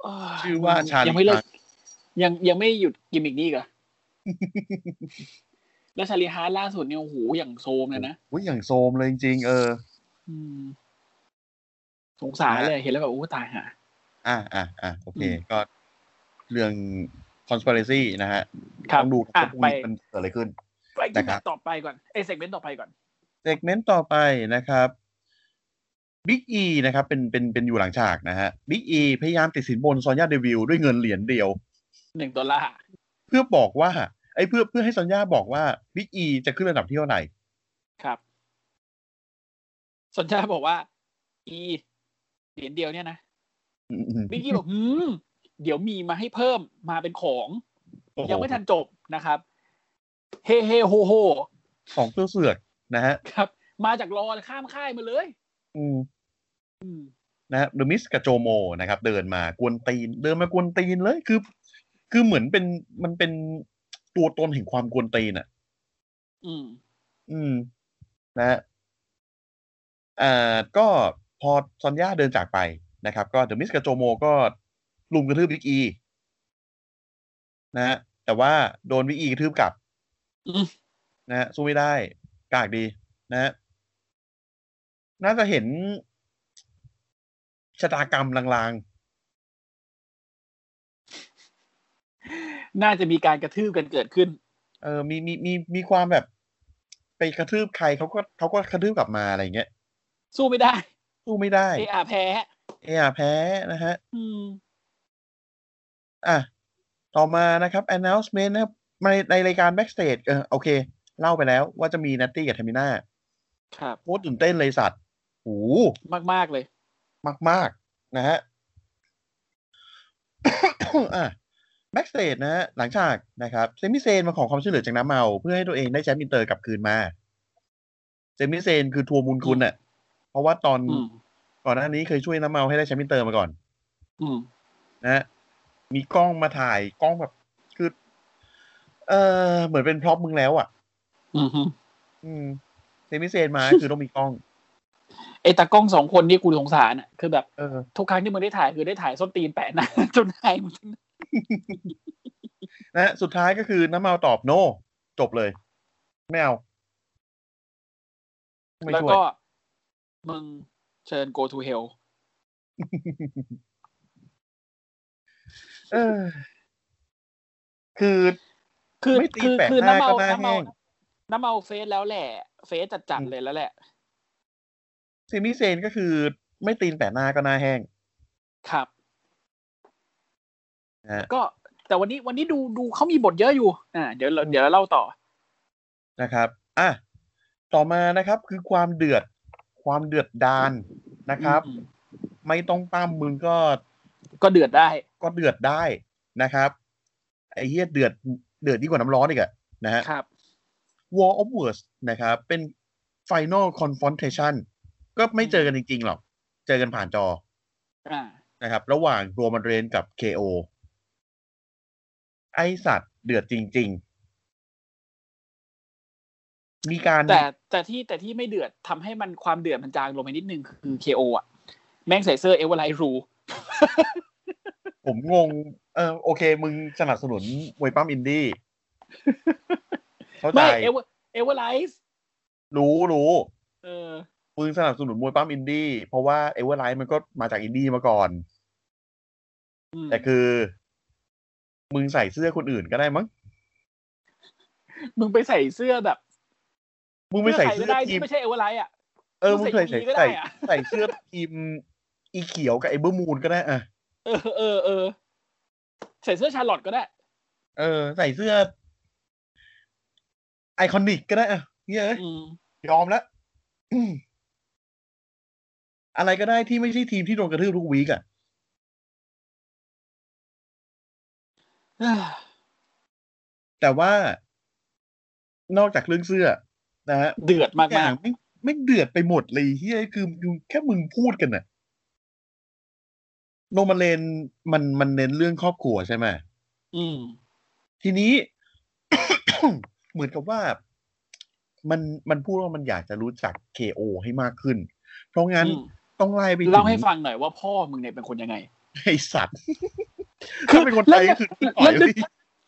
[SPEAKER 3] เย
[SPEAKER 2] ชื่อว่าชาลี
[SPEAKER 3] ยังไม่เลิก
[SPEAKER 2] ฮาร์
[SPEAKER 3] ยังยังไม่หยุดกิมมิกนี้อีกเหรอ แล้วชาลีฮาร์ทล่าสุดเนี่ยโอ้โหอย่างโซมเลยนะ
[SPEAKER 2] อุ้ยอย่างโซมเลยจริงๆเออ
[SPEAKER 3] อืม สงสารเลยเห็นแล้วแบบโอ้ตายห่า
[SPEAKER 2] อ่ะอ่ะอ่ะโอเค
[SPEAKER 3] อืม
[SPEAKER 2] ก็เรื่อง conspiracy นะฮะ
[SPEAKER 3] ครับ
[SPEAKER 2] ต้องดู
[SPEAKER 3] อ่ะ
[SPEAKER 2] ว่าพรุ่งนี้
[SPEAKER 3] ไป
[SPEAKER 2] มันเกิดอะไรขึ้น
[SPEAKER 3] ไปที่แบ
[SPEAKER 2] นะครับ
[SPEAKER 3] บต่อไปก่อนเอเซกเมนต์ต่อไปก่อน
[SPEAKER 2] เซกเมนต์ต่อไปนะครับ Big E นะครับ เป็นเป็นเป็นอยู่หลังฉากนะฮะ Big E พยายามติดสินบนซอนยาเดวิลด้วยเงินเหรียญเดียว
[SPEAKER 3] หนึ่งดอลลาร์
[SPEAKER 2] พื่อบอกว่าไอ้ยเพื่อเพื่อให้สัญญาบอกว่าบิ๊กอีจะขึ้นระดับที่เท่าไหร่
[SPEAKER 3] ครับ สนใจบอกว่า อีเหรียญเดียวเนี่ยนะบิ๊กกี้บอก อืม เดี๋ยวมีมาให้เพิ่มมาเป็นของ
[SPEAKER 2] โอ้โห
[SPEAKER 3] ยังไม่ทันจบนะครับ เฮเฮโฮโฮ
[SPEAKER 2] ของเพื่อเสือกนะฮะ
[SPEAKER 3] ครับ มาจากรอข้ามค่ายมาเลย
[SPEAKER 2] อืม
[SPEAKER 3] อืม
[SPEAKER 2] นะฮะเดอะมิสกับโจโมนะครับ เดินมากวนตีน เดินมากวนตีนเลยคือ คือเหมือนเป็นมันเป็นตัวตนแห่งความกวนตีนอ่ะ
[SPEAKER 3] อืม
[SPEAKER 2] อืม นะฮะอ่าก็พอซอนย่าเดินจากไปนะครับ ก็เดอะมิสกับโจโมก็ลุมกระทืบบิ๊กอี นะฮะแต่ว่าโดนบิ๊กอีกระทืบกลับ
[SPEAKER 3] อืม
[SPEAKER 2] นะฮะสู้ไม่ได้ กากดีนะฮะน่าจะเห็นชะตากรรมลาง
[SPEAKER 3] น่าจะมีการกระทืบกันเกิดขึ้น
[SPEAKER 2] ๆ เออ มีมีมีมีความแบบ ไปกระทืบใครเขาก็เขาก็กระทืบกลับมาอะไรอย่างเงี้ย
[SPEAKER 3] สู้ไม่ได้
[SPEAKER 2] สู้ไม่ได้
[SPEAKER 3] เออาแพ้
[SPEAKER 2] เอยแพ้นะฮะ
[SPEAKER 3] อืม
[SPEAKER 2] อ่ะ ต่อมานะครับ announcement นะครับในในรายการ backstage เออโอเค เล่าไปแล้วว่าจะมีนัตตี้กับเทมิน่า
[SPEAKER 3] ครับ
[SPEAKER 2] โคตรตื่นเต้นเลยสัตว์โหู
[SPEAKER 3] มาก ๆ เลย
[SPEAKER 2] มากมาก ๆ นะฮะ อ่ะ backstage นะฮะ หลังจากนะครับ เซมิเซนมาขอความช่วยเหลือจากน้ำเมา เพื่อให้ตัวเองได้แชมป์อินเตอร์กลับคืนมา เซมิเซนคือทัวร์มูลคุณน่ะ เพราะว่าตอน
[SPEAKER 3] อืม
[SPEAKER 2] ก่อนหน้านี้เคยช่วยน้ำเมาให้ได้แชมป์อินเตอร์มาก่อน
[SPEAKER 3] อืม
[SPEAKER 2] นะฮะมีกล้องมาถ่ายกล้องแบบ คือ เออเหมือนเป็นพร็อพมึงแล้วอะ่ะ
[SPEAKER 3] อืมฮึ
[SPEAKER 2] อืมเซมิเซน มา คือต้องมีกล้อง
[SPEAKER 3] ไอตากล้องสองคนนี่กูสงสารอ่ะ คือแบบ
[SPEAKER 2] เออ
[SPEAKER 3] ทุกครั้งที่มึงได้ถ่ายคือได้ถ่ายส้นตีนแปะหน้า จนหายหมด
[SPEAKER 2] นะฮะสุดท้ายก็คือน้ำเมาตอบโน จบเลย ไม่เอา ไม่
[SPEAKER 3] แล้ว
[SPEAKER 2] ช่วย
[SPEAKER 3] ก็ มึงเชิญ go to hell
[SPEAKER 2] เออ คือ
[SPEAKER 3] คือ
[SPEAKER 2] ไม่ตี
[SPEAKER 3] คือ
[SPEAKER 2] แปะ
[SPEAKER 3] คือ
[SPEAKER 2] หน้า
[SPEAKER 3] น้ำเมา
[SPEAKER 2] ก็หน้า
[SPEAKER 3] น้ำเมา
[SPEAKER 2] แห้ง
[SPEAKER 3] น้ำเมาเฟซแล้วแหละ เฟซจัดๆเลยแล้วแหละ
[SPEAKER 2] เซมิเซนก็คือ ไม่ตีนแต่หน้าก็หน้าแห้ง
[SPEAKER 3] ครับ
[SPEAKER 2] นะฮะ
[SPEAKER 3] ก็แต่วันนี้วันนี้ดูดูเขามีบทเยอะอยู่ อ่า เดี๋ยวเราเดี๋ยวเราเล่าต่อ
[SPEAKER 2] นะครับ อ่ะ ต่อมานะครับ คือความเดือด ความเดือดดานนะครับ
[SPEAKER 3] อืม
[SPEAKER 2] ไม่ต้องปั้มมึงก็
[SPEAKER 3] ก็เดือดได้
[SPEAKER 2] ก็เดือดได้นะครับ ไอ้เหี้ยเดือดเดือดยิ่งกว่าน้ำร้อนอีกอะนะฮะ
[SPEAKER 3] ครับ
[SPEAKER 2] War of Words นะครับ เป็น Final Confrontation ก็ไม่เจอกันจริงๆหรอก เจอกันผ่านจอ
[SPEAKER 3] อ่า
[SPEAKER 2] นะครับ ระหว่างโรมันเรนกับ KO ไอสัตว์เดือดจริง ๆ มีการ
[SPEAKER 3] แต่แต่ที่แต่ที่ไม่เดือดทำให้มันความเดือดมันจางลงไปนิดนึงคือ KO อ่ะ แม่งใส่เสื้อเอเวอร์ไลท์รู
[SPEAKER 2] ผมงง เออโอเค มึงสนับสนุนมวยปั้มอินดี้ เข้าใจ
[SPEAKER 3] ไม่เอเวอร์เอเวอร์ไลท์
[SPEAKER 2] รู้รู้
[SPEAKER 3] เออ
[SPEAKER 2] มึงสนับสนุนมวยปั้มอินดี้เพราะว่าเอเวอร์ไลท์มันก็มาจากอินดี้มาก่อน
[SPEAKER 3] อืม
[SPEAKER 2] แต่คือ มึงใส่เสื้อคนอื่นก็ได้มั้ง
[SPEAKER 3] มึงไปใส่เสื้อแบบ
[SPEAKER 2] มึงไปใส่เสื้อ
[SPEAKER 3] ใครก็ได้
[SPEAKER 2] ที
[SPEAKER 3] ที่
[SPEAKER 2] ม
[SPEAKER 3] ไม่ใช่เอเวอร์ไลท์อ่ะ
[SPEAKER 2] เออมึงใส่
[SPEAKER 3] มึ
[SPEAKER 2] ใส่ใส่
[SPEAKER 3] งใส่ UV ก็ได้อะ
[SPEAKER 2] ใส่เสื้อทีมอีเขียวกับไอ้เบอร์มูนก็ได้อ่ะ
[SPEAKER 3] เออเออเออใส่เสื้อชาร์ลอตก็ได้
[SPEAKER 2] เออ ใส่เสื้อ ไอคอนิกก็ได้อ่ะเหี้ยเอ้ย
[SPEAKER 3] อืม
[SPEAKER 2] ยอมแล้วอืมอะไรก็ได้ที่ไม่ใช่ทีมที่โดนกระทืบทุกวีกอ่ะ แต่ว่านอกจากเรื่องเสื้อนะฮะ
[SPEAKER 3] เดือดมา
[SPEAKER 2] ทุกอย่าก งไม่ไม่งเดือดไปหมดเลยเฮียคืออยู่แค่มึงพูดกันน่ะโนมาเลนมันมันเน้นเรื่องครอบครัวใช่ไหม
[SPEAKER 3] ๆอืม
[SPEAKER 2] ทีนี้ เหมือนกับว่า มันมันพูดว่ามันอยากจะรู้จัก KO ให้มากขึ้น เพราะงั้น
[SPEAKER 3] อืม
[SPEAKER 2] ต้องไล่ไปถึง
[SPEAKER 3] เล่าให้ฟังหน่อยว่าพ่อมึงเนี่ยเป็นคนยังไง
[SPEAKER 2] ไอสัตว์
[SPEAKER 3] คือ
[SPEAKER 2] ถ้าเป็นคนไทย
[SPEAKER 3] แล้ว
[SPEAKER 2] ก็คือต่อยเลย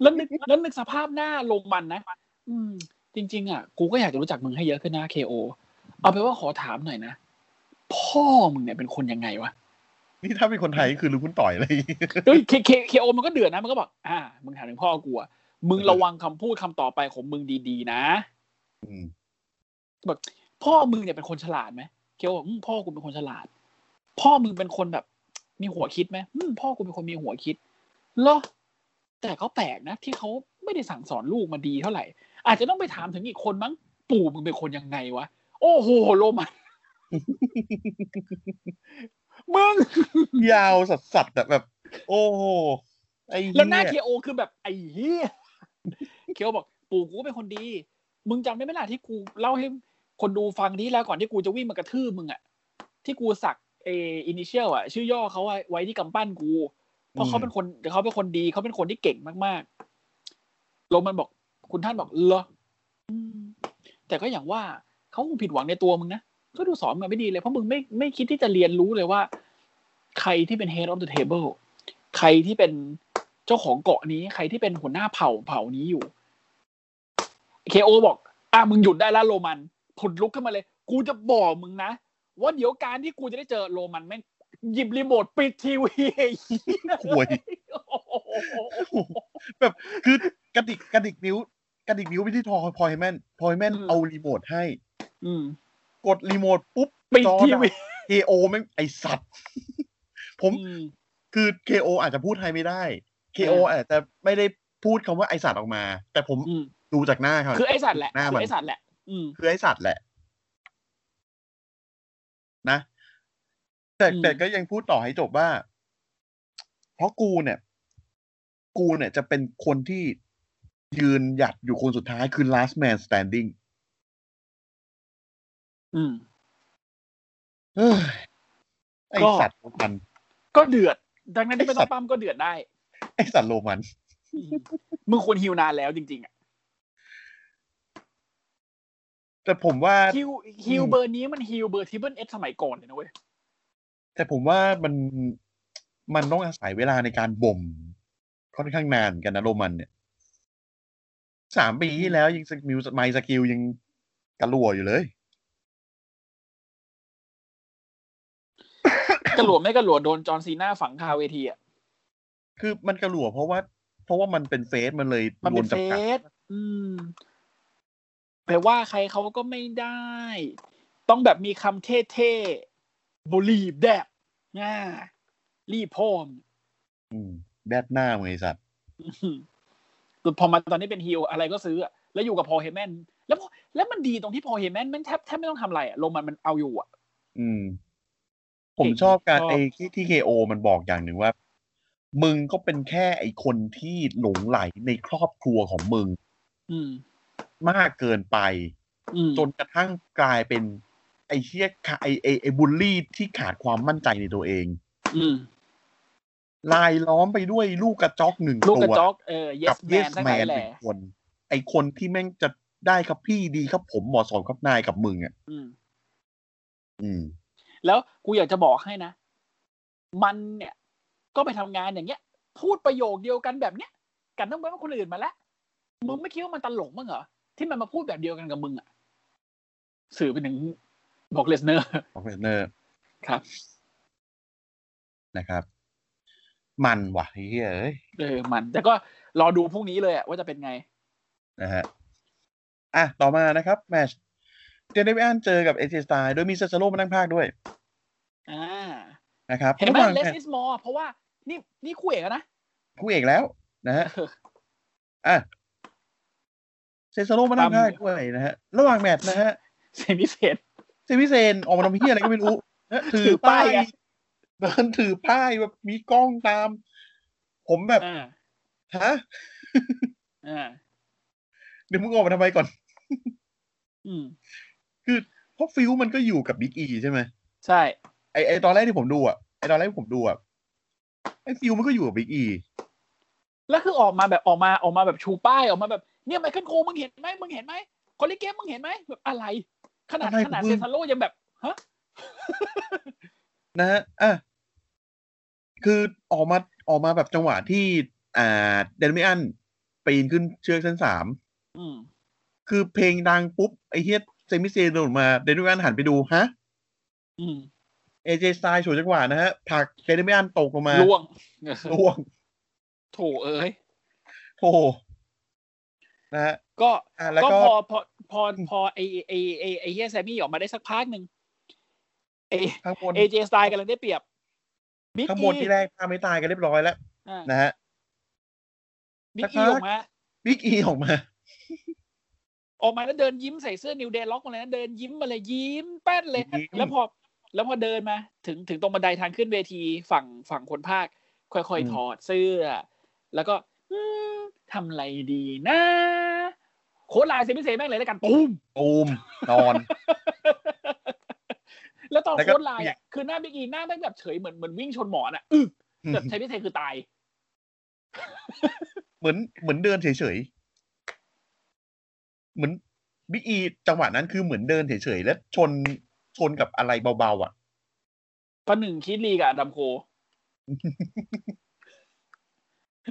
[SPEAKER 3] แล้วนึกแล้วนึกสภาพหน้าลงมันนะอืม จริง ๆ อ่ะ กูก็อยากจะรู้จักมึงให้เยอะขึ้นนะ KO เอาไปนว่าขอถามหน่อยนะ พ่อมึงเนี่ยเป็นคนยังไงวะ
[SPEAKER 2] นี่ถ้าเป็นคนไทยก็คือรู้คุณต่อยเลย
[SPEAKER 3] เฮ้ย K- K- KO มันก็เดือดนะมันก็บอก อ่า มึงถามถึงพ่อกูอะมึงระวังคำพูดคำต่อไปของมึงดีๆ นะ
[SPEAKER 2] อืม
[SPEAKER 3] พ่อมึงเนี่ยเป็นคนฉลาดไหมเคียวบอกอืมพ่อกูเป็นคนฉลาด พ่อมึงเป็นคนแบบ มีหัวคิดไหมอืมพ่อกูเป็นคนมีหัวคิดเหรอแต่ก็แปลกนะ ที่เขา ได้สั่งสอนลูกมาดีเท่าไหร่ อาจจะต้องไปถามถึงอีกคนมั้งปู่มึงเป็นคนยังไงวะ โอ้โหโรมัน มึง
[SPEAKER 2] ยาวสัสๆแต่แบบ โอ้โหไอ้
[SPEAKER 3] แล้วหน้าเค
[SPEAKER 2] เหี้ย
[SPEAKER 3] โอคือแบบไอ้เหี้ยเคโอบอกปู่กูเป็นคนดี มึงจำได้ไหมล่ะที่กูเล่าให้คนดูฟังนี้แล้วก่อนที่กูจะวิ่งมากระทืบมึงอะที่กูสักเออินิเชียลอะชื่อย่อเขาอะไว้ที่กำปั้นกู เพราะเขาเป็นคนเขาเป็นคนดีเขาเป็นคนที่เก่งมากๆโรมันบอก คุณท่านบอกเหรออืมแต่ก็อย่างว่าเขาคงผิดหวังในตัวมึงนะก็ดูสอนมาไม่ดีเลย เพราะมึงไม่ไม่คิดที่จะเรียนรู้เลยว่า ใครที่เป็น head of the table ใครที่เป็นเจ้าของเกาะนี้ ใครที่เป็นหัวหน้าเผ่าเผ่านี้อยู่เคโอบอก อ่ะมึงหยุดได้แล้วโรมันผุดลุกขึ้นมาเลย กูจะบอกมึงนะ ว่าเดี๋ยวการที่กูจะได้เจอโรมันแม่งหยิบรีโมทปิดทีวี ไอ้เหี้ย
[SPEAKER 2] ห่วย คือกระดิกกระดิกนิ้วกระดิกนิ้วไปที่ทอพอยแมนพอยแมน
[SPEAKER 3] อืม
[SPEAKER 2] เอารีโมทให้
[SPEAKER 3] อืม
[SPEAKER 2] กดรีโมทปุ๊บ
[SPEAKER 3] ปิด
[SPEAKER 2] จอ
[SPEAKER 3] ที
[SPEAKER 2] ดับ
[SPEAKER 3] วี
[SPEAKER 2] KO แม่งไอสัตว์ ผม
[SPEAKER 3] อืม
[SPEAKER 2] คือ KO อาจจะพูดไทยไม่ได้ KO
[SPEAKER 3] อ่า
[SPEAKER 2] อาจจะไม่ได้พูดคำว่าไอสัตว์ออกมา แต่ผม
[SPEAKER 3] อืม
[SPEAKER 2] ดูจากหน้าเขา
[SPEAKER 3] คือไอสัตว์แหละ
[SPEAKER 2] หน้า
[SPEAKER 3] คื
[SPEAKER 2] มั
[SPEAKER 3] อน ไอสัตว์แหละ อืม
[SPEAKER 2] คือไอสัตว์แหละ นะ แต่
[SPEAKER 3] อืม
[SPEAKER 2] แต่ก็ยังพูดต่อให้จบว่า เพราะกูเนี่ย กูเนี่ยจะเป็นคนที่ยืนหยัดอยู่คนสุดท้ายคือ last man standing
[SPEAKER 3] อืม
[SPEAKER 2] เฮ้ยไอ
[SPEAKER 3] ก็
[SPEAKER 2] สัตว์โรมัน
[SPEAKER 3] ก็เดือด ดังนั้นที่ไม่ต้
[SPEAKER 2] ไอ้สัต
[SPEAKER 3] อ
[SPEAKER 2] ว์
[SPEAKER 3] งปั้มก็เดือดได้
[SPEAKER 2] ไอสัตว์โรมัน
[SPEAKER 3] อืมมึงควรฮิวนานแล้วจริงๆอ่ะ
[SPEAKER 2] แต่ผมว่า
[SPEAKER 3] ฮิวฮิวเบอร์นี้มันฮิวเบอร์ทิเบิลเอสสมัยก่อนเลยนะเว้ย
[SPEAKER 2] แต่ผมว่ามันมันต้องอาศัยเวลาในการบ่ม ค่อนข้างนานเหมือนกันนะโรมันเนี่ยสามปีที่แล้วยังสกิลไมสกิลยังกระลัวอยู่เลย
[SPEAKER 3] กระหลวไม่กระหลวโดนจอร์นซีน่าฝังคาเวทีอ่ะ
[SPEAKER 2] คือมันกระลัวเพราะว่า เพราะว่ามันเป็นเฟสมันเลย
[SPEAKER 3] มันเป็น
[SPEAKER 2] โดจำ
[SPEAKER 3] เฟ
[SPEAKER 2] กัด
[SPEAKER 3] สอืมแปลว่าใครเขาก็ไม่ได้ ต้องแบบมีคำเท่ๆบุรีบแดบง่ารีบพร้อม
[SPEAKER 2] อืมแบดหน้ามึงไอสัตว์
[SPEAKER 3] อืมแต่พอมาตอนนี้เป็นฮิลอะไรก็ซื้ออะแล้วอยู่กับพอลเฮเมนแล้วพอแล้วมันดีตรงที่พอลเฮเมนมันแทบแทบไม่ต้องทำอะไรอะโรมันมันเอาอยู่อะ
[SPEAKER 2] อืม ผม
[SPEAKER 3] เก่ง
[SPEAKER 2] ชอบการ
[SPEAKER 3] ชอบ
[SPEAKER 2] ไอ้ที่ที่เคโอมันบอกอย่างหนึ่งว่า มึงก็เป็นแค่ไอ้คนที่หลงไหลในครอบครัวของมึง
[SPEAKER 3] อืม
[SPEAKER 2] มากเกินไป
[SPEAKER 3] อืม
[SPEAKER 2] จนกระทั่งกลายเป็น ไอ้เชี่ยขาไอ้ไอ้ไอ้บูลลี่ที่ขาดความมั่นใจในตัวเอง
[SPEAKER 3] อืม
[SPEAKER 2] ลายล้อมไปด้วยลูกกระจอกหนึ่ง
[SPEAKER 3] ลูก
[SPEAKER 2] ตั
[SPEAKER 3] กระ
[SPEAKER 2] ว
[SPEAKER 3] จอกเออ
[SPEAKER 2] กั
[SPEAKER 3] yes
[SPEAKER 2] เย
[SPEAKER 3] man
[SPEAKER 2] ส
[SPEAKER 3] ทั้ง
[SPEAKER 2] แม
[SPEAKER 3] หลาย
[SPEAKER 2] นห
[SPEAKER 3] แหละ
[SPEAKER 2] นึ่งคน ไอ้คนที่แม่งจะได้ครับพี่ดีครับผมเหมาะสมครับนายกับมึงอ่ะ
[SPEAKER 3] อืม
[SPEAKER 2] อืม
[SPEAKER 3] แล้วกูอยากจะบอกให้นะ มันเนี่ย ก็ไปทำงานอย่างเงี้ย พูดประโยคเดียวกันแบบเนี้ย กันต้องไปว่าคนอื่นมาแล้วมึงไม่คิดว่ามันตลกมั้งเหรอที่มันมาพูดแบบเดียวกันกับมึงอะสื่อไปถึงบอกเลสเนอร์
[SPEAKER 2] ของเฟเนอร์
[SPEAKER 3] ครับ
[SPEAKER 2] นะครับ มันว่ะไอ้เฮ้ยเอ้ย
[SPEAKER 3] เออมัน แต่ก็รอดูพรุ่งนี้เลยอะว่าจะเป็นไง
[SPEAKER 2] นะฮะ อ่ะ ต่อมานะครับ แมชเจเดวิอันเจอกับเอเจสไตโดยมีเซซาโรมานั่งพากย์ด้วย
[SPEAKER 3] อ่า
[SPEAKER 2] นะครับ
[SPEAKER 3] เห็นไหม
[SPEAKER 2] ระว่าง
[SPEAKER 3] less is more เพราะว่านี่นี่คู่เอกอะ นะ
[SPEAKER 2] คู่เอกแล้วนะฮ ะ
[SPEAKER 3] เออ
[SPEAKER 2] อ่ะเซซาโรมานั่ง
[SPEAKER 3] ตั้ม
[SPEAKER 2] พากย์ด้วยนะฮะ ระหว่างแมตช์นะฮะ
[SPEAKER 3] เซมิเซน
[SPEAKER 2] เซมิเซนออกมาทำเฮียอะไรก็ไม่รู้ นะถือ
[SPEAKER 3] ถือ
[SPEAKER 2] ป้า
[SPEAKER 3] ป้า
[SPEAKER 2] ยย
[SPEAKER 3] ไง
[SPEAKER 2] เดินถือป้ายแบบมีกล้องตาม ผมแบบ
[SPEAKER 3] อ่า
[SPEAKER 2] ฮะ
[SPEAKER 3] อ่า
[SPEAKER 2] เดี๋ยวมึงออกมาทำไมก่อน
[SPEAKER 3] อืม
[SPEAKER 2] เพราะฟิวมันก็อยู่กับบิ๊กอีใช่ไหม
[SPEAKER 3] ใช่
[SPEAKER 2] ไอไอตอนแรกที่ผมดูอ่ะไอตอนแรกที่ผมดูอ่ะไอฟิวมันก็อยู่กับบิ๊กอี
[SPEAKER 3] แล้วคือออกมาแบบออกมาออกมาแบบชูป้ายออกมาแบบเนี่ยไมเคิลโคมึงเห็นไหมมึงเห็นไหมคอลลิเกมมึงเห็นไหมแบบอะไร ขนาดขนาดเซนซาโลยังแบบฮะ
[SPEAKER 2] นะฮะอ่ะคือออกมาออกมาแบบจังหวะที่ อ่า เดนมิอันปีนขึ้นเชือกเส้นสาม
[SPEAKER 3] อืม
[SPEAKER 2] คือเพลงดังปุ๊บ ไอ้เฮียเซมิเซนโดนมาเดนนิวันหันไปดูฮะ
[SPEAKER 3] อืม
[SPEAKER 2] เอเจสไตล์ฉวยจังหวะนะฮะผลักเดนนิวันตกลงมา
[SPEAKER 3] ล่วง
[SPEAKER 2] ล่วง
[SPEAKER 3] โถเอ้ย
[SPEAKER 2] โอ้โหนะฮะ
[SPEAKER 3] ก็
[SPEAKER 2] อ่ะแล้ว
[SPEAKER 3] ก็
[SPEAKER 2] ก็
[SPEAKER 3] พอพอพอพอไอไอไอไอเฮียแซมมี่ออกมาได้สักพักหนึ่งเอ
[SPEAKER 2] ข้างบน
[SPEAKER 3] เอเจสไตล์กำลังได้เปรียบบิ๊ก
[SPEAKER 2] ข้างบน
[SPEAKER 3] อี
[SPEAKER 2] ที่แรกฆ่าไม่ตายกันเรียบร้อยแล้ว
[SPEAKER 3] อ่า
[SPEAKER 2] นะฮะ
[SPEAKER 3] บิ๊
[SPEAKER 2] สั
[SPEAKER 3] ก
[SPEAKER 2] กพั
[SPEAKER 3] อี
[SPEAKER 2] ก
[SPEAKER 3] ออกมา
[SPEAKER 2] บิ๊กอีออกมา
[SPEAKER 3] ออกมาแล้วเดินยิ้มใส่เสื้อนิวเดล็อกมาเลยนะเดินยิ้มมาเลยยิ้มแป้นเลย
[SPEAKER 2] ยิ้ม
[SPEAKER 3] แล้วพอแล้วพอเดินมาถึงถึงตรงบันไดทางขึ้นเวทีฝั่งฝั่งคนภาค ค่อยๆถอดเสื้อ แล้วก็อืมทำอะไรดีนะ โคดลายเซมิเซแม่งเลยแล้วกันตูม
[SPEAKER 2] ตูมนอน
[SPEAKER 3] แล้วตอน
[SPEAKER 2] แล้วก็
[SPEAKER 3] โค้ดไลน์อะคือหน้าบิ๊กอีหน้าแม่งแบบเฉยเหมือนเหมือนวิ่งชนหมอนอ่ะอึก
[SPEAKER 2] อืม
[SPEAKER 3] แต่เซมิเซคือตาย
[SPEAKER 2] เหมือนเหมือนเดินเฉยๆ เหมือนบิ๊กอีจังหวะนั้นคือเหมือนเดินเฉยๆ แล้วชนชนกับอะไรเบาๆอ่ะ
[SPEAKER 3] ประหนึ่งคิดลีกับอดัมโค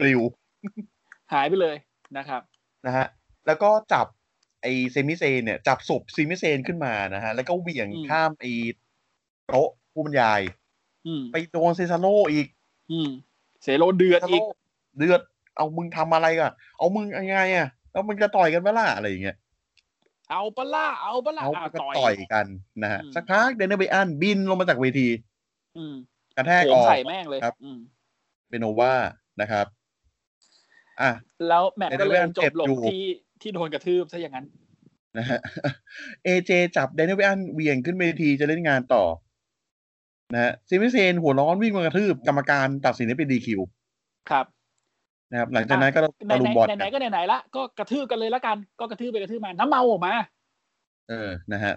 [SPEAKER 2] ปลิว
[SPEAKER 3] หายไปเลยนะครับ
[SPEAKER 2] นะฮะ แล้วก็จับไอเซมิเซนเนี่ย จับศพเซมิเซนขึ้นมานะฮะ แล้วก็เหวี่ยง
[SPEAKER 3] อืม
[SPEAKER 2] ข้ามไอโต๊ะผู้บรรยาย
[SPEAKER 3] อืม
[SPEAKER 2] ไปโดนเซซาโลอีก
[SPEAKER 3] อืมเสโรเดือด
[SPEAKER 2] เซซา
[SPEAKER 3] อี
[SPEAKER 2] โล
[SPEAKER 3] ก
[SPEAKER 2] เดือด เอามึงทำอะไรกันเอามึงยังไงอ่ะ แล้วมึงจะต่อยกันไหมล่ะอะไรอย่างเงี้ย
[SPEAKER 3] เอาปะล่าเอาปะล่า
[SPEAKER 2] เขา
[SPEAKER 3] อ่ะ
[SPEAKER 2] ก็
[SPEAKER 3] ต่อย
[SPEAKER 2] ต่อยกันนะฮะ
[SPEAKER 3] อืม
[SPEAKER 2] สักพักเดนเนอร์เบอันบินลงมาจากเวที
[SPEAKER 3] อืม
[SPEAKER 2] กระแทก
[SPEAKER 3] โผ
[SPEAKER 2] อ
[SPEAKER 3] ม
[SPEAKER 2] อก
[SPEAKER 3] ใส่แม่งเลย
[SPEAKER 2] ครับ
[SPEAKER 3] อืม
[SPEAKER 2] เป็นโนว่านะครับ อ่ะ
[SPEAKER 3] แล้วแมตช์ก็เลย
[SPEAKER 2] ในเรื่อง
[SPEAKER 3] จ
[SPEAKER 2] เจ็
[SPEAKER 3] บบ ลง
[SPEAKER 2] อยู่
[SPEAKER 3] ที่ที่โดนกระทืบซะอย่างนั้น
[SPEAKER 2] นะฮ ะ เอเจจับแดนนี่เวอันเหวียงขึ้นเวทีจะเล่นงานต่อ นะฮะซิมิเซนหัวร้อนวิ่งมากระทืบกรรมการตัดสินให้เป็นดีคิว
[SPEAKER 3] ครับ
[SPEAKER 2] นะครับ หลังจากนั้นก็
[SPEAKER 3] ไหน
[SPEAKER 2] ตะลุมบอล
[SPEAKER 3] ไหนไหน
[SPEAKER 2] กัน
[SPEAKER 3] ก็ไหนไหนๆละก็กระทืบกันเลยละกัน ก็กระทืบไปกระทืบมาน้ำเมาออกมา
[SPEAKER 2] เออนะฮะ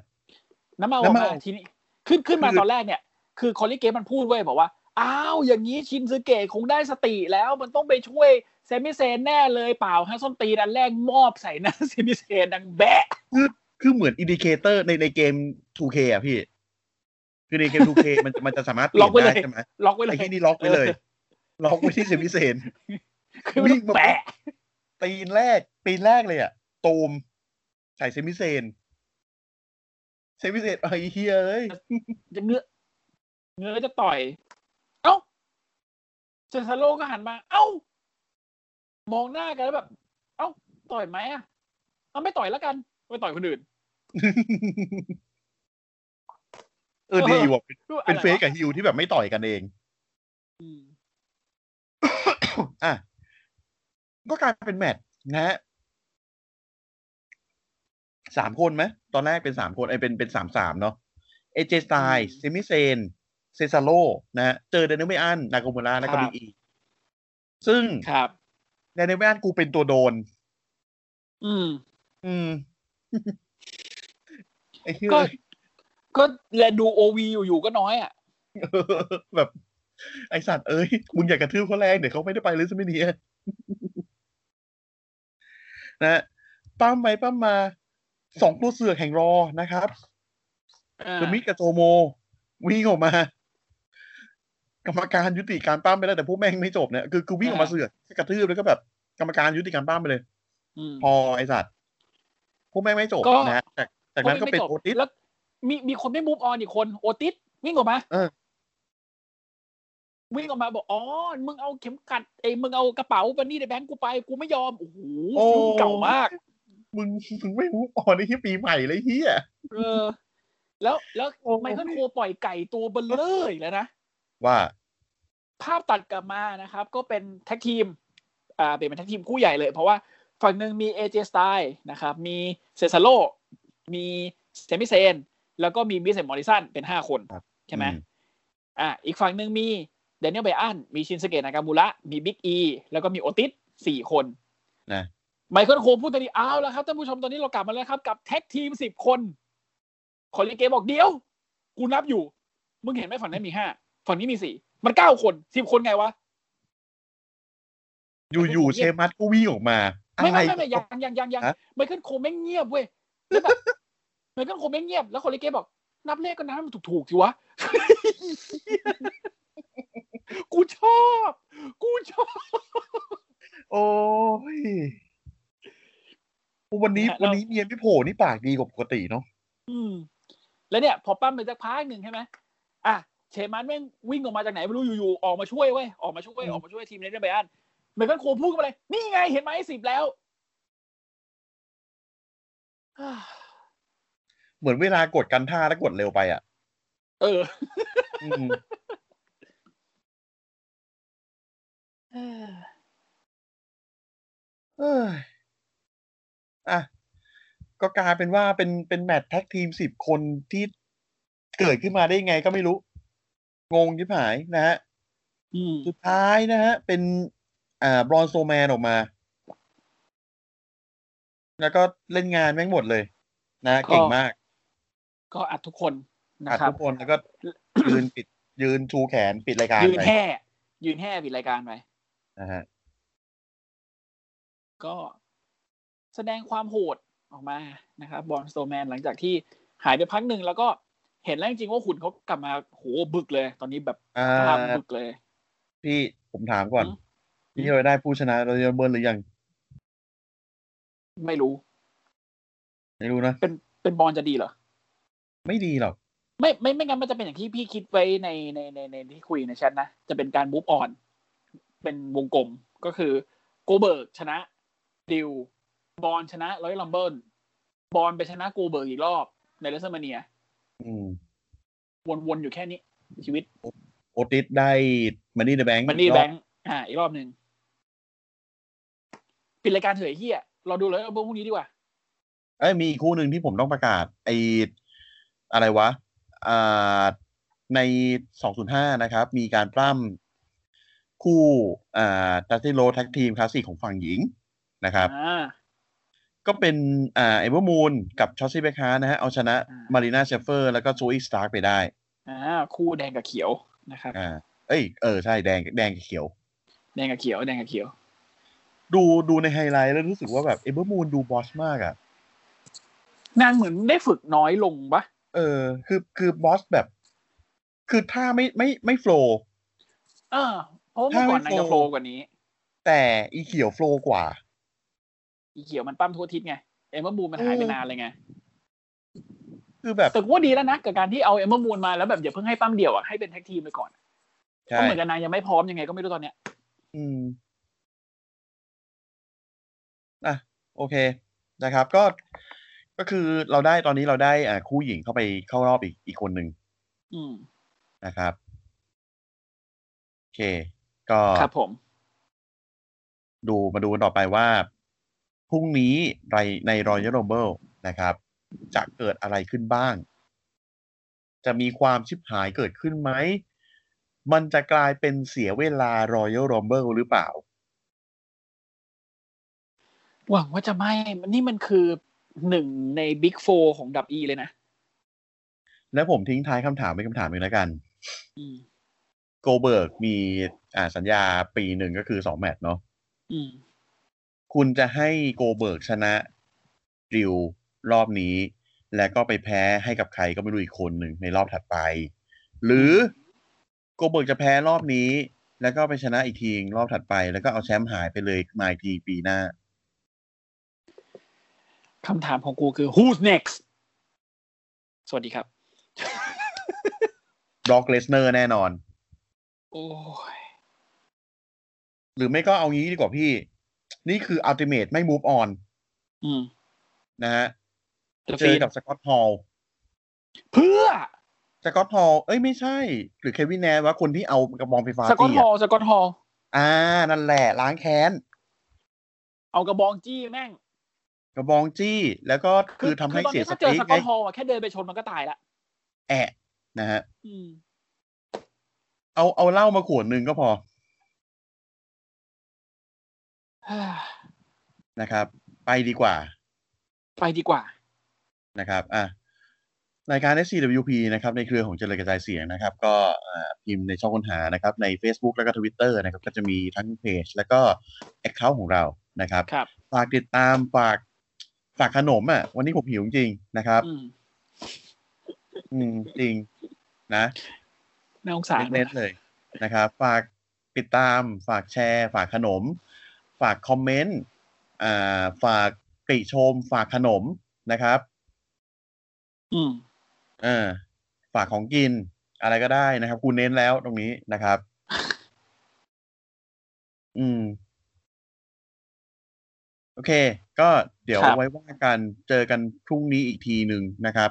[SPEAKER 3] น้ำเมาอ
[SPEAKER 2] น้ำ
[SPEAKER 3] อก
[SPEAKER 2] เมา
[SPEAKER 3] มาทีนี้ขึ้นขึ้นมา
[SPEAKER 2] คือ
[SPEAKER 3] ตอนแรกเนี่ย คือคอลลิเกตมันพูดไว้ยบอกว่า อ้าวอย่างนี้ชินซึเกะคงได้สติแล้วมันต้องไปช่วยเซมิเซนแน่เลยเปล่าฮะส้นตีนอันแรกมอบใส่หน้า เซมิเซนดังแบะ
[SPEAKER 2] คือเหมือนอินดิเคเตอร์ในในเกม 2K อ่ะพี่ คือในเกม 2K มันมันจะสามารถเปลี่
[SPEAKER 3] ล็อย
[SPEAKER 2] น
[SPEAKER 3] กไว้
[SPEAKER 2] ได้
[SPEAKER 3] เลย
[SPEAKER 2] ใช่ไหม
[SPEAKER 3] ล็อกไว้เล
[SPEAKER 2] ไอ้
[SPEAKER 3] ย
[SPEAKER 2] ที่นี่ล็อกไปเลย ล็อกไว้ที่เซมิเซน
[SPEAKER 3] คือมัน
[SPEAKER 2] วิ่งมา
[SPEAKER 3] แบะ
[SPEAKER 2] ตีนแรก ตีนแรกเลยอ่ะตูมใส่เซมิเซนเซมิเซนไอ้เฮียเลย
[SPEAKER 3] จะเงื้อเงื้อจะต่อย เอ้าเซนซาโลก็หันมา เอ้ามองหน้ากันแล้วแบบ เอ้าต่อยไหมอ่ะเอาไม่ต่อยแล้วกันไปต่อยคนอื่น
[SPEAKER 2] เออดีว่ะเป็น
[SPEAKER 3] ด้วยอะไร
[SPEAKER 2] เป็นเฟซ
[SPEAKER 3] วะ
[SPEAKER 2] กับฮิวที่แบบไม่ต่อยกันเอง
[SPEAKER 3] อืม
[SPEAKER 2] อ่ะ ก็กลายเป็นแมตช์นะฮะสามคนไหมตอนแรกเป็นสามคนไอยเป็นเป็นสามสามเนาะเอเจสไตล์
[SPEAKER 3] อืม
[SPEAKER 2] เซมิเซน เซซาโลนะฮะเจอเดนเนเมอัน นากามูระและก็
[SPEAKER 3] ครับ
[SPEAKER 2] บีอีซึ่ง
[SPEAKER 3] ครับ
[SPEAKER 2] เดนเนเมอันกูเป็นตัวโดน
[SPEAKER 3] อืม
[SPEAKER 2] อืม ไอ้เหี้ย
[SPEAKER 3] ก็ ก็แลดูโอวีอยู่ๆก็น้อยอ่ะ
[SPEAKER 2] เออ แบบไอสัตว์เอ้ยมึงอยากกระทืบเขาแรงเดี๋ยวเขาไม่ได้ไปเลยซะไม่ดีอะนะฮะปั้มไปปั้มมาสองตัวเสือกแห่งรอนะครับเดอะมิกกับโจโม วิ่งออกมา กรรมการยุติการปั้มไปแล้วแต่พวกแม่งไม่จบเนี่ยคือคือวิ่งออกมา
[SPEAKER 3] อ่า
[SPEAKER 2] เสือกกระทืบแล้วก็แบบ กรรมการยุติการปั้มไปเลย
[SPEAKER 3] อืม
[SPEAKER 2] พอไอสัตว์พวกแม่งไม่จบ
[SPEAKER 3] ก็
[SPEAKER 2] นะฮะจากจากนั้นก็เป็น
[SPEAKER 3] ไม่จบ
[SPEAKER 2] โอติส
[SPEAKER 3] แล้วมีมีคนไม่มูฟออนอีกคนโอติสวิ่งออกมา
[SPEAKER 2] เออ
[SPEAKER 3] วิ่งออกมาบอกอ๋อมึงเอาเข็มขัดเอ้ยมึงเอากระเป๋าบันนี่ในแบงค์กูไปกูไม่ยอมโอ้โหยุ่งเก่ามาก
[SPEAKER 2] มึงมึงไม่รู้อ่อนไอ้ที่ปีใหม่เลยเฮีย
[SPEAKER 3] เออ แล้วแล้ว
[SPEAKER 2] โอ้
[SPEAKER 3] ไมเคิลโคปล่อยไก่ตัวเบลเลอร์อีกแล้วนะ
[SPEAKER 2] ว่า
[SPEAKER 3] ภาพตัดกลับมานะครับ ก็เป็นแท็กทีม อ่าเปลี่ยนเป็นแท็กทีมคู่ใหญ่เลย เพราะว่าฝั่งหนึ่งมี AJ Styles นะครับ มีเซซาโลมีเซมิเซน แล้วก็มีมิสเซนมอริสันเป็นห้าคน
[SPEAKER 2] ครับ
[SPEAKER 3] ใช่ไหม
[SPEAKER 2] อืม
[SPEAKER 3] อ่าอีกฝั่งหนึ่งมีเดน i e l ลไบอันมีชินสเกตนากามูระมีบิ๊กอีแล้วก็มีโอติสสี่คน
[SPEAKER 2] นะ
[SPEAKER 3] ไมเคิลโคพูดตอนนี้อ้าวแล้วครับท่านผู้ชมตอนนี้เรากลับมาแล้วครับ กับแท็กทีมสิบคนคอลลิเกบอกเดียว กูนับอยู่ มึงเห็นไหมฝั่งนั้นมีห้าฝั่งนี้มีสี่มันเก้าคนสิบคนไงวะ
[SPEAKER 2] อยู่ๆเชมัสก็วิ่งออกมาอะ
[SPEAKER 3] ไม่
[SPEAKER 2] ไร
[SPEAKER 3] ไม่ไม่ไม่ยังยังยังยัง
[SPEAKER 2] ฮะ
[SPEAKER 3] ไมเคิลโคแม่งเงียบเว้ยแล้วแบบไมเคิลโคแม่งเงียบแล้วคนลิเกบอกนับเลขก็นับให้มันถูกๆสิวะ กูชอบ กูชอบ
[SPEAKER 2] โอ้ย วันนี้
[SPEAKER 3] นะฮะ
[SPEAKER 2] วันนี้เมียพี่โผล่นี่ปากดีกว่าปกติเนาะ
[SPEAKER 3] อืม แล้วเนี่ย พอปั้มไปสักพักหนึ่งใช่ไหมอ่ะเชมันแม่งวิ่งออกมาจากไหนไม่รู้อยู่ๆออกมาช่วยเว้ยออกมาช่วยออกมาช่วยทีมเลนเดอร์ไบอันไมเคิลโคพูดกันไปเลยนี่ไงเห็นไหมสิบแล้ว อ่า
[SPEAKER 2] เหมือนเวลากดกันท่าแล้วกดเร็วไปอ่ะ
[SPEAKER 3] เออ
[SPEAKER 2] อืมเอ้ย อ่ะก็กลายเป็นว่าเป็นเป็นแมตช์แท็กทีมสิบคนที่เกิดขึ้นมาได้ยังไงก็ไม่รู้ งงยิบหายนะฮะ
[SPEAKER 3] อืม
[SPEAKER 2] สุดท้ายนะฮะ เป็นอ่าบรอนโซแมนออกมา แล้วก็เล่นงานแม่งหมดเลย นะ เก่งมาก
[SPEAKER 3] ก็อัดทุกคนนะ
[SPEAKER 2] อัด
[SPEAKER 3] ครับ
[SPEAKER 2] ทุกคนแล้วก็ ยืนปิด ยืนชูแขนปิดรายการ
[SPEAKER 3] ยืน
[SPEAKER 2] ไป
[SPEAKER 3] แห่ยืนแห่ปิดรายการไป
[SPEAKER 2] นะฮะ
[SPEAKER 3] ก็แสดงความโหดออกมานะครับบอลโซแมนหลังจากที่หายไปพักหนึ่งแล้วก็เห็นแล้วจริงๆว่าหุ่นเขากลับมาโหบึกเลย ตอนนี้แบบ
[SPEAKER 2] อ่า
[SPEAKER 3] กล้ามบึกเลย
[SPEAKER 2] พี่ผมถามก่อน
[SPEAKER 3] อืม
[SPEAKER 2] พี่เราได้ผู้ชนะเราจะเบิร์นหรือยัง
[SPEAKER 3] ไม่รู้
[SPEAKER 2] ไม่รู้นะ
[SPEAKER 3] เป็นเป็นบอลจะดีเหรอ
[SPEAKER 2] ไม่ดีหรอก
[SPEAKER 3] ไม่ไม่ไม่งั้นมันจะเป็นอย่างที่พี่คิดไว้ในในในในที่คุยในแชทนะ จะเป็นการบูฟออน เป็นวงกลมก็คือโกเบิร์กชนะดิวบอลชนะร้อยลัมเบิลบอลไปชนะโกเบิร์กอีกรอบในเลสเมเนีย
[SPEAKER 2] อืม
[SPEAKER 3] วนๆอยู่แค่นี้ ชีวิต
[SPEAKER 2] โอติสได้มันนี่เดอะแบงค์
[SPEAKER 3] มันนี่แบงค์อ่า อีกรอบหนึ่งปิดรายการเถอะไอ้เฮียเราดูเลยเอาพวกพรุ่งนี้ดีกว่า
[SPEAKER 2] เอ้ยมีอีกคู่หนึ่งที่ผมต้องประกาศ ไออะไรวะ อ่า ใน 205 นะครับ มีการปล้ำคู่ อ่าตัสติโรแท็กทีมคลาสสิกของฝั่งหญิงนะครับ
[SPEAKER 3] อ่า
[SPEAKER 2] ก็เป็น อ่า เอเวอร์มูนกับชอสซี่เบคานะฮะ เอาชนะ
[SPEAKER 3] อ่าม
[SPEAKER 2] มารีนาเชฟเฟอร์ แล้วก็โซอีสตาร์กไปได้
[SPEAKER 3] อ่า คู่แดงกับเขียวนะครับ
[SPEAKER 2] อ่า เอ้ย เออ ใช่ แดง แดงกับเขียว
[SPEAKER 3] แดงกับเขียว แดงกับเขียว
[SPEAKER 2] ดู ดูในไฮไลท์แล้วรู้สึกว่าแบบเอเวอร์มูนดูบอสมากอะ
[SPEAKER 3] นางเหมือนได้ฝึกน้อยลงปะ
[SPEAKER 2] เออ คือ คือบอสแบบ คือถ้าไม่ ไม่ ไม่โฟล
[SPEAKER 3] เออเพราะว่าเมื่อก่อนนางจะโฟลกว่านี้
[SPEAKER 2] แต่อีเขียวโฟลว์กว่า
[SPEAKER 3] อีเขียวมันปั้มทั่วทิศไง เอมเมอร์มูนมันหายไปนานเลยไง
[SPEAKER 2] คือแบบ
[SPEAKER 3] แต่ว่าดีแล้วนะกับการที่เอาเอมเมอร์มูนมาแล้วแบบอย่าเพิ่งให้ปั้มเดี่ยวอ่ะ ให้เป็นแท็กทีมไปก่อนเพ
[SPEAKER 2] ใช่
[SPEAKER 3] ราะเหมือนกันนางยังไม่พร้อมยังไงก็ไม่รู้ตอนเนี้ย
[SPEAKER 2] อืมอ่ะโอเคนะครับ ก็ก็คือเราได้ตอนนี้เราได้อ่าคู่หญิงเข้าไปเข้ารอบอีกอีกคนหนึ่ง
[SPEAKER 3] อืม
[SPEAKER 2] นะครับ โอเค ก็
[SPEAKER 3] ครับผม
[SPEAKER 2] ดูมาดูกันต่อไปว่า พรุ่งนี้ในในรอย a l โรเบิลนะครับ จะเกิดอะไรขึ้นบ้าง จะมีความชิบหายเกิดขึ้นไหม มันจะกลายเป็นเสียเวลารอย a l โรเบิลหรือเปล่า
[SPEAKER 3] หวังว่าจะไม่ นี่มันคือหนึ่งในบิ๊กโฟของดับอีเลยนะ
[SPEAKER 2] แล้วผมทิ้งท้ายคำถามเป็นคำถามหนึ่งแล้วกัน
[SPEAKER 3] อืม
[SPEAKER 2] โกเบิร์กมีอ่าสัญญาปีหนึ่งก็คือสองแมตช์เนาะ
[SPEAKER 3] อืม
[SPEAKER 2] คุณจะให้โกเบิร์กชนะดิวรอบนี้ แล้วก็ไปแพ้ให้กับใครก็ไม่รู้อีกคนหนึ่งในรอบถัดไป หรือโกเบิร์กจะแพ้รอบนี้ แล้วก็ไปชนะอีกทีรอบถัดไป แล้วก็เอาแชมป์หายไปเลยมาอีกทีปีหน้า
[SPEAKER 3] คำถามของกูคือ who's next สวัสดีครับ
[SPEAKER 2] ด็อกเลสเนอร์แน่นอน
[SPEAKER 3] โอ้ย
[SPEAKER 2] หรือไม่ก็เอางี้ดีกว่าพี่ นี่คืออัลติเม e ไม่มูฟออน
[SPEAKER 3] อืม
[SPEAKER 2] นะฮะ
[SPEAKER 3] จะ
[SPEAKER 2] เจ
[SPEAKER 3] ฟี
[SPEAKER 2] อ
[SPEAKER 3] ด
[SPEAKER 2] กับสกอตฮอล
[SPEAKER 3] เพื่อ
[SPEAKER 2] สกอตฮอลเอ้ยไม่ใช่ หรือเควินแนนว่าคนที่เอากระบองไฟฟ้า
[SPEAKER 3] สกอต
[SPEAKER 2] ตี
[SPEAKER 3] ฮอ
[SPEAKER 2] อะ
[SPEAKER 3] ลสกอตฮอล
[SPEAKER 2] อ่า นั่นแหละล้างแค้น
[SPEAKER 3] เอากระบองจี้แม่ง
[SPEAKER 2] กระบองจี้ แล้วก็คือทำให้
[SPEAKER 3] ตน
[SPEAKER 2] เสีย
[SPEAKER 3] นี้
[SPEAKER 2] ส
[SPEAKER 3] ถ้าเจอ
[SPEAKER 2] ติ
[SPEAKER 3] สก
[SPEAKER 2] ไง
[SPEAKER 3] อตฮอลอะแค่เดินไปชนมันก็ตายละ
[SPEAKER 2] แอะ นะฮะ
[SPEAKER 3] อืม
[SPEAKER 2] เอาเอาเหล้ามาขวดหนึ่งก็พอนะครับ ไปดีกว่า
[SPEAKER 3] ไปดีกว่า
[SPEAKER 2] นะครับ อ่ะรายการ SCWP นะครับ ในเครือของเจริญกระจายเสียงนะครับ ก็อ่าพิมพ์ในช่องค้นหานะครับ ใน Facebook แล้วก็ Twitter นะครับ ก็จะมีทั้งเพจแล้วก็ Account ของเรานะครับ
[SPEAKER 3] ครับ
[SPEAKER 2] ฝากติดตามฝากฝากขนมอ่ะ วันนี้ผมหิวจริงๆนะครับ
[SPEAKER 3] อืม
[SPEAKER 2] อืมจริงนะ
[SPEAKER 3] น่าสงสาร
[SPEAKER 2] เน้นๆเลยนะครับ ฝากติดตาม ฝากแชร์ ฝากขนม ฝากคอมเมนต์อ่าฝากติชม ฝากขนมนะครับ
[SPEAKER 3] อืม
[SPEAKER 2] เออฝากของกิน อะไรก็ได้นะครับคุณเน้นแล้วตรงนี้นะครับ อืม โอเค ก็เดี๋ยว
[SPEAKER 3] ครับ
[SPEAKER 2] ไว้ว่ากันเจอกันพรุ่งนี้อีกทีหนึ่งนะครับ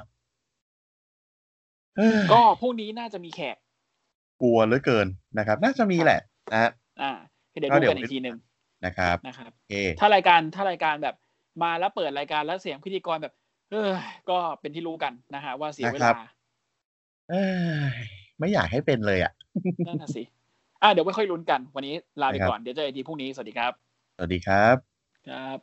[SPEAKER 2] เอ้ย
[SPEAKER 3] ก็พรุ่งนี้น่าจะมีแขก
[SPEAKER 2] กลัวเหลือเกินนะครับ น่าจะมีแหละนะ
[SPEAKER 3] อ่าเดี๋ยว
[SPEAKER 2] ก็
[SPEAKER 3] ดู
[SPEAKER 2] เดี๋ยว
[SPEAKER 3] กันอีกทีหนึ่ง
[SPEAKER 2] นะครับ
[SPEAKER 3] นะครับ
[SPEAKER 2] โอเค
[SPEAKER 3] ถ้ารายการถ้ารายการแบบ มาแล้วเปิดรายการแล้วเสียงพิธีกรแบบ เออก็เป็นที่รู้กันนะฮะว่าเสียเว
[SPEAKER 2] นะครั
[SPEAKER 3] ลา
[SPEAKER 2] บ เอ้ยไม่อยากให้เป็นเลยอ่ะ
[SPEAKER 3] นั่นน่ะสิอ่ะเดี๋ยวไว้ค่อยลุ้นกัน วันนี้ลาไป
[SPEAKER 2] นะครับ
[SPEAKER 3] ก่อนเดี๋ยวเจอกันทีพรุ่งนี้สวัสดีครับ
[SPEAKER 2] สวัสดีครับ
[SPEAKER 3] ครับ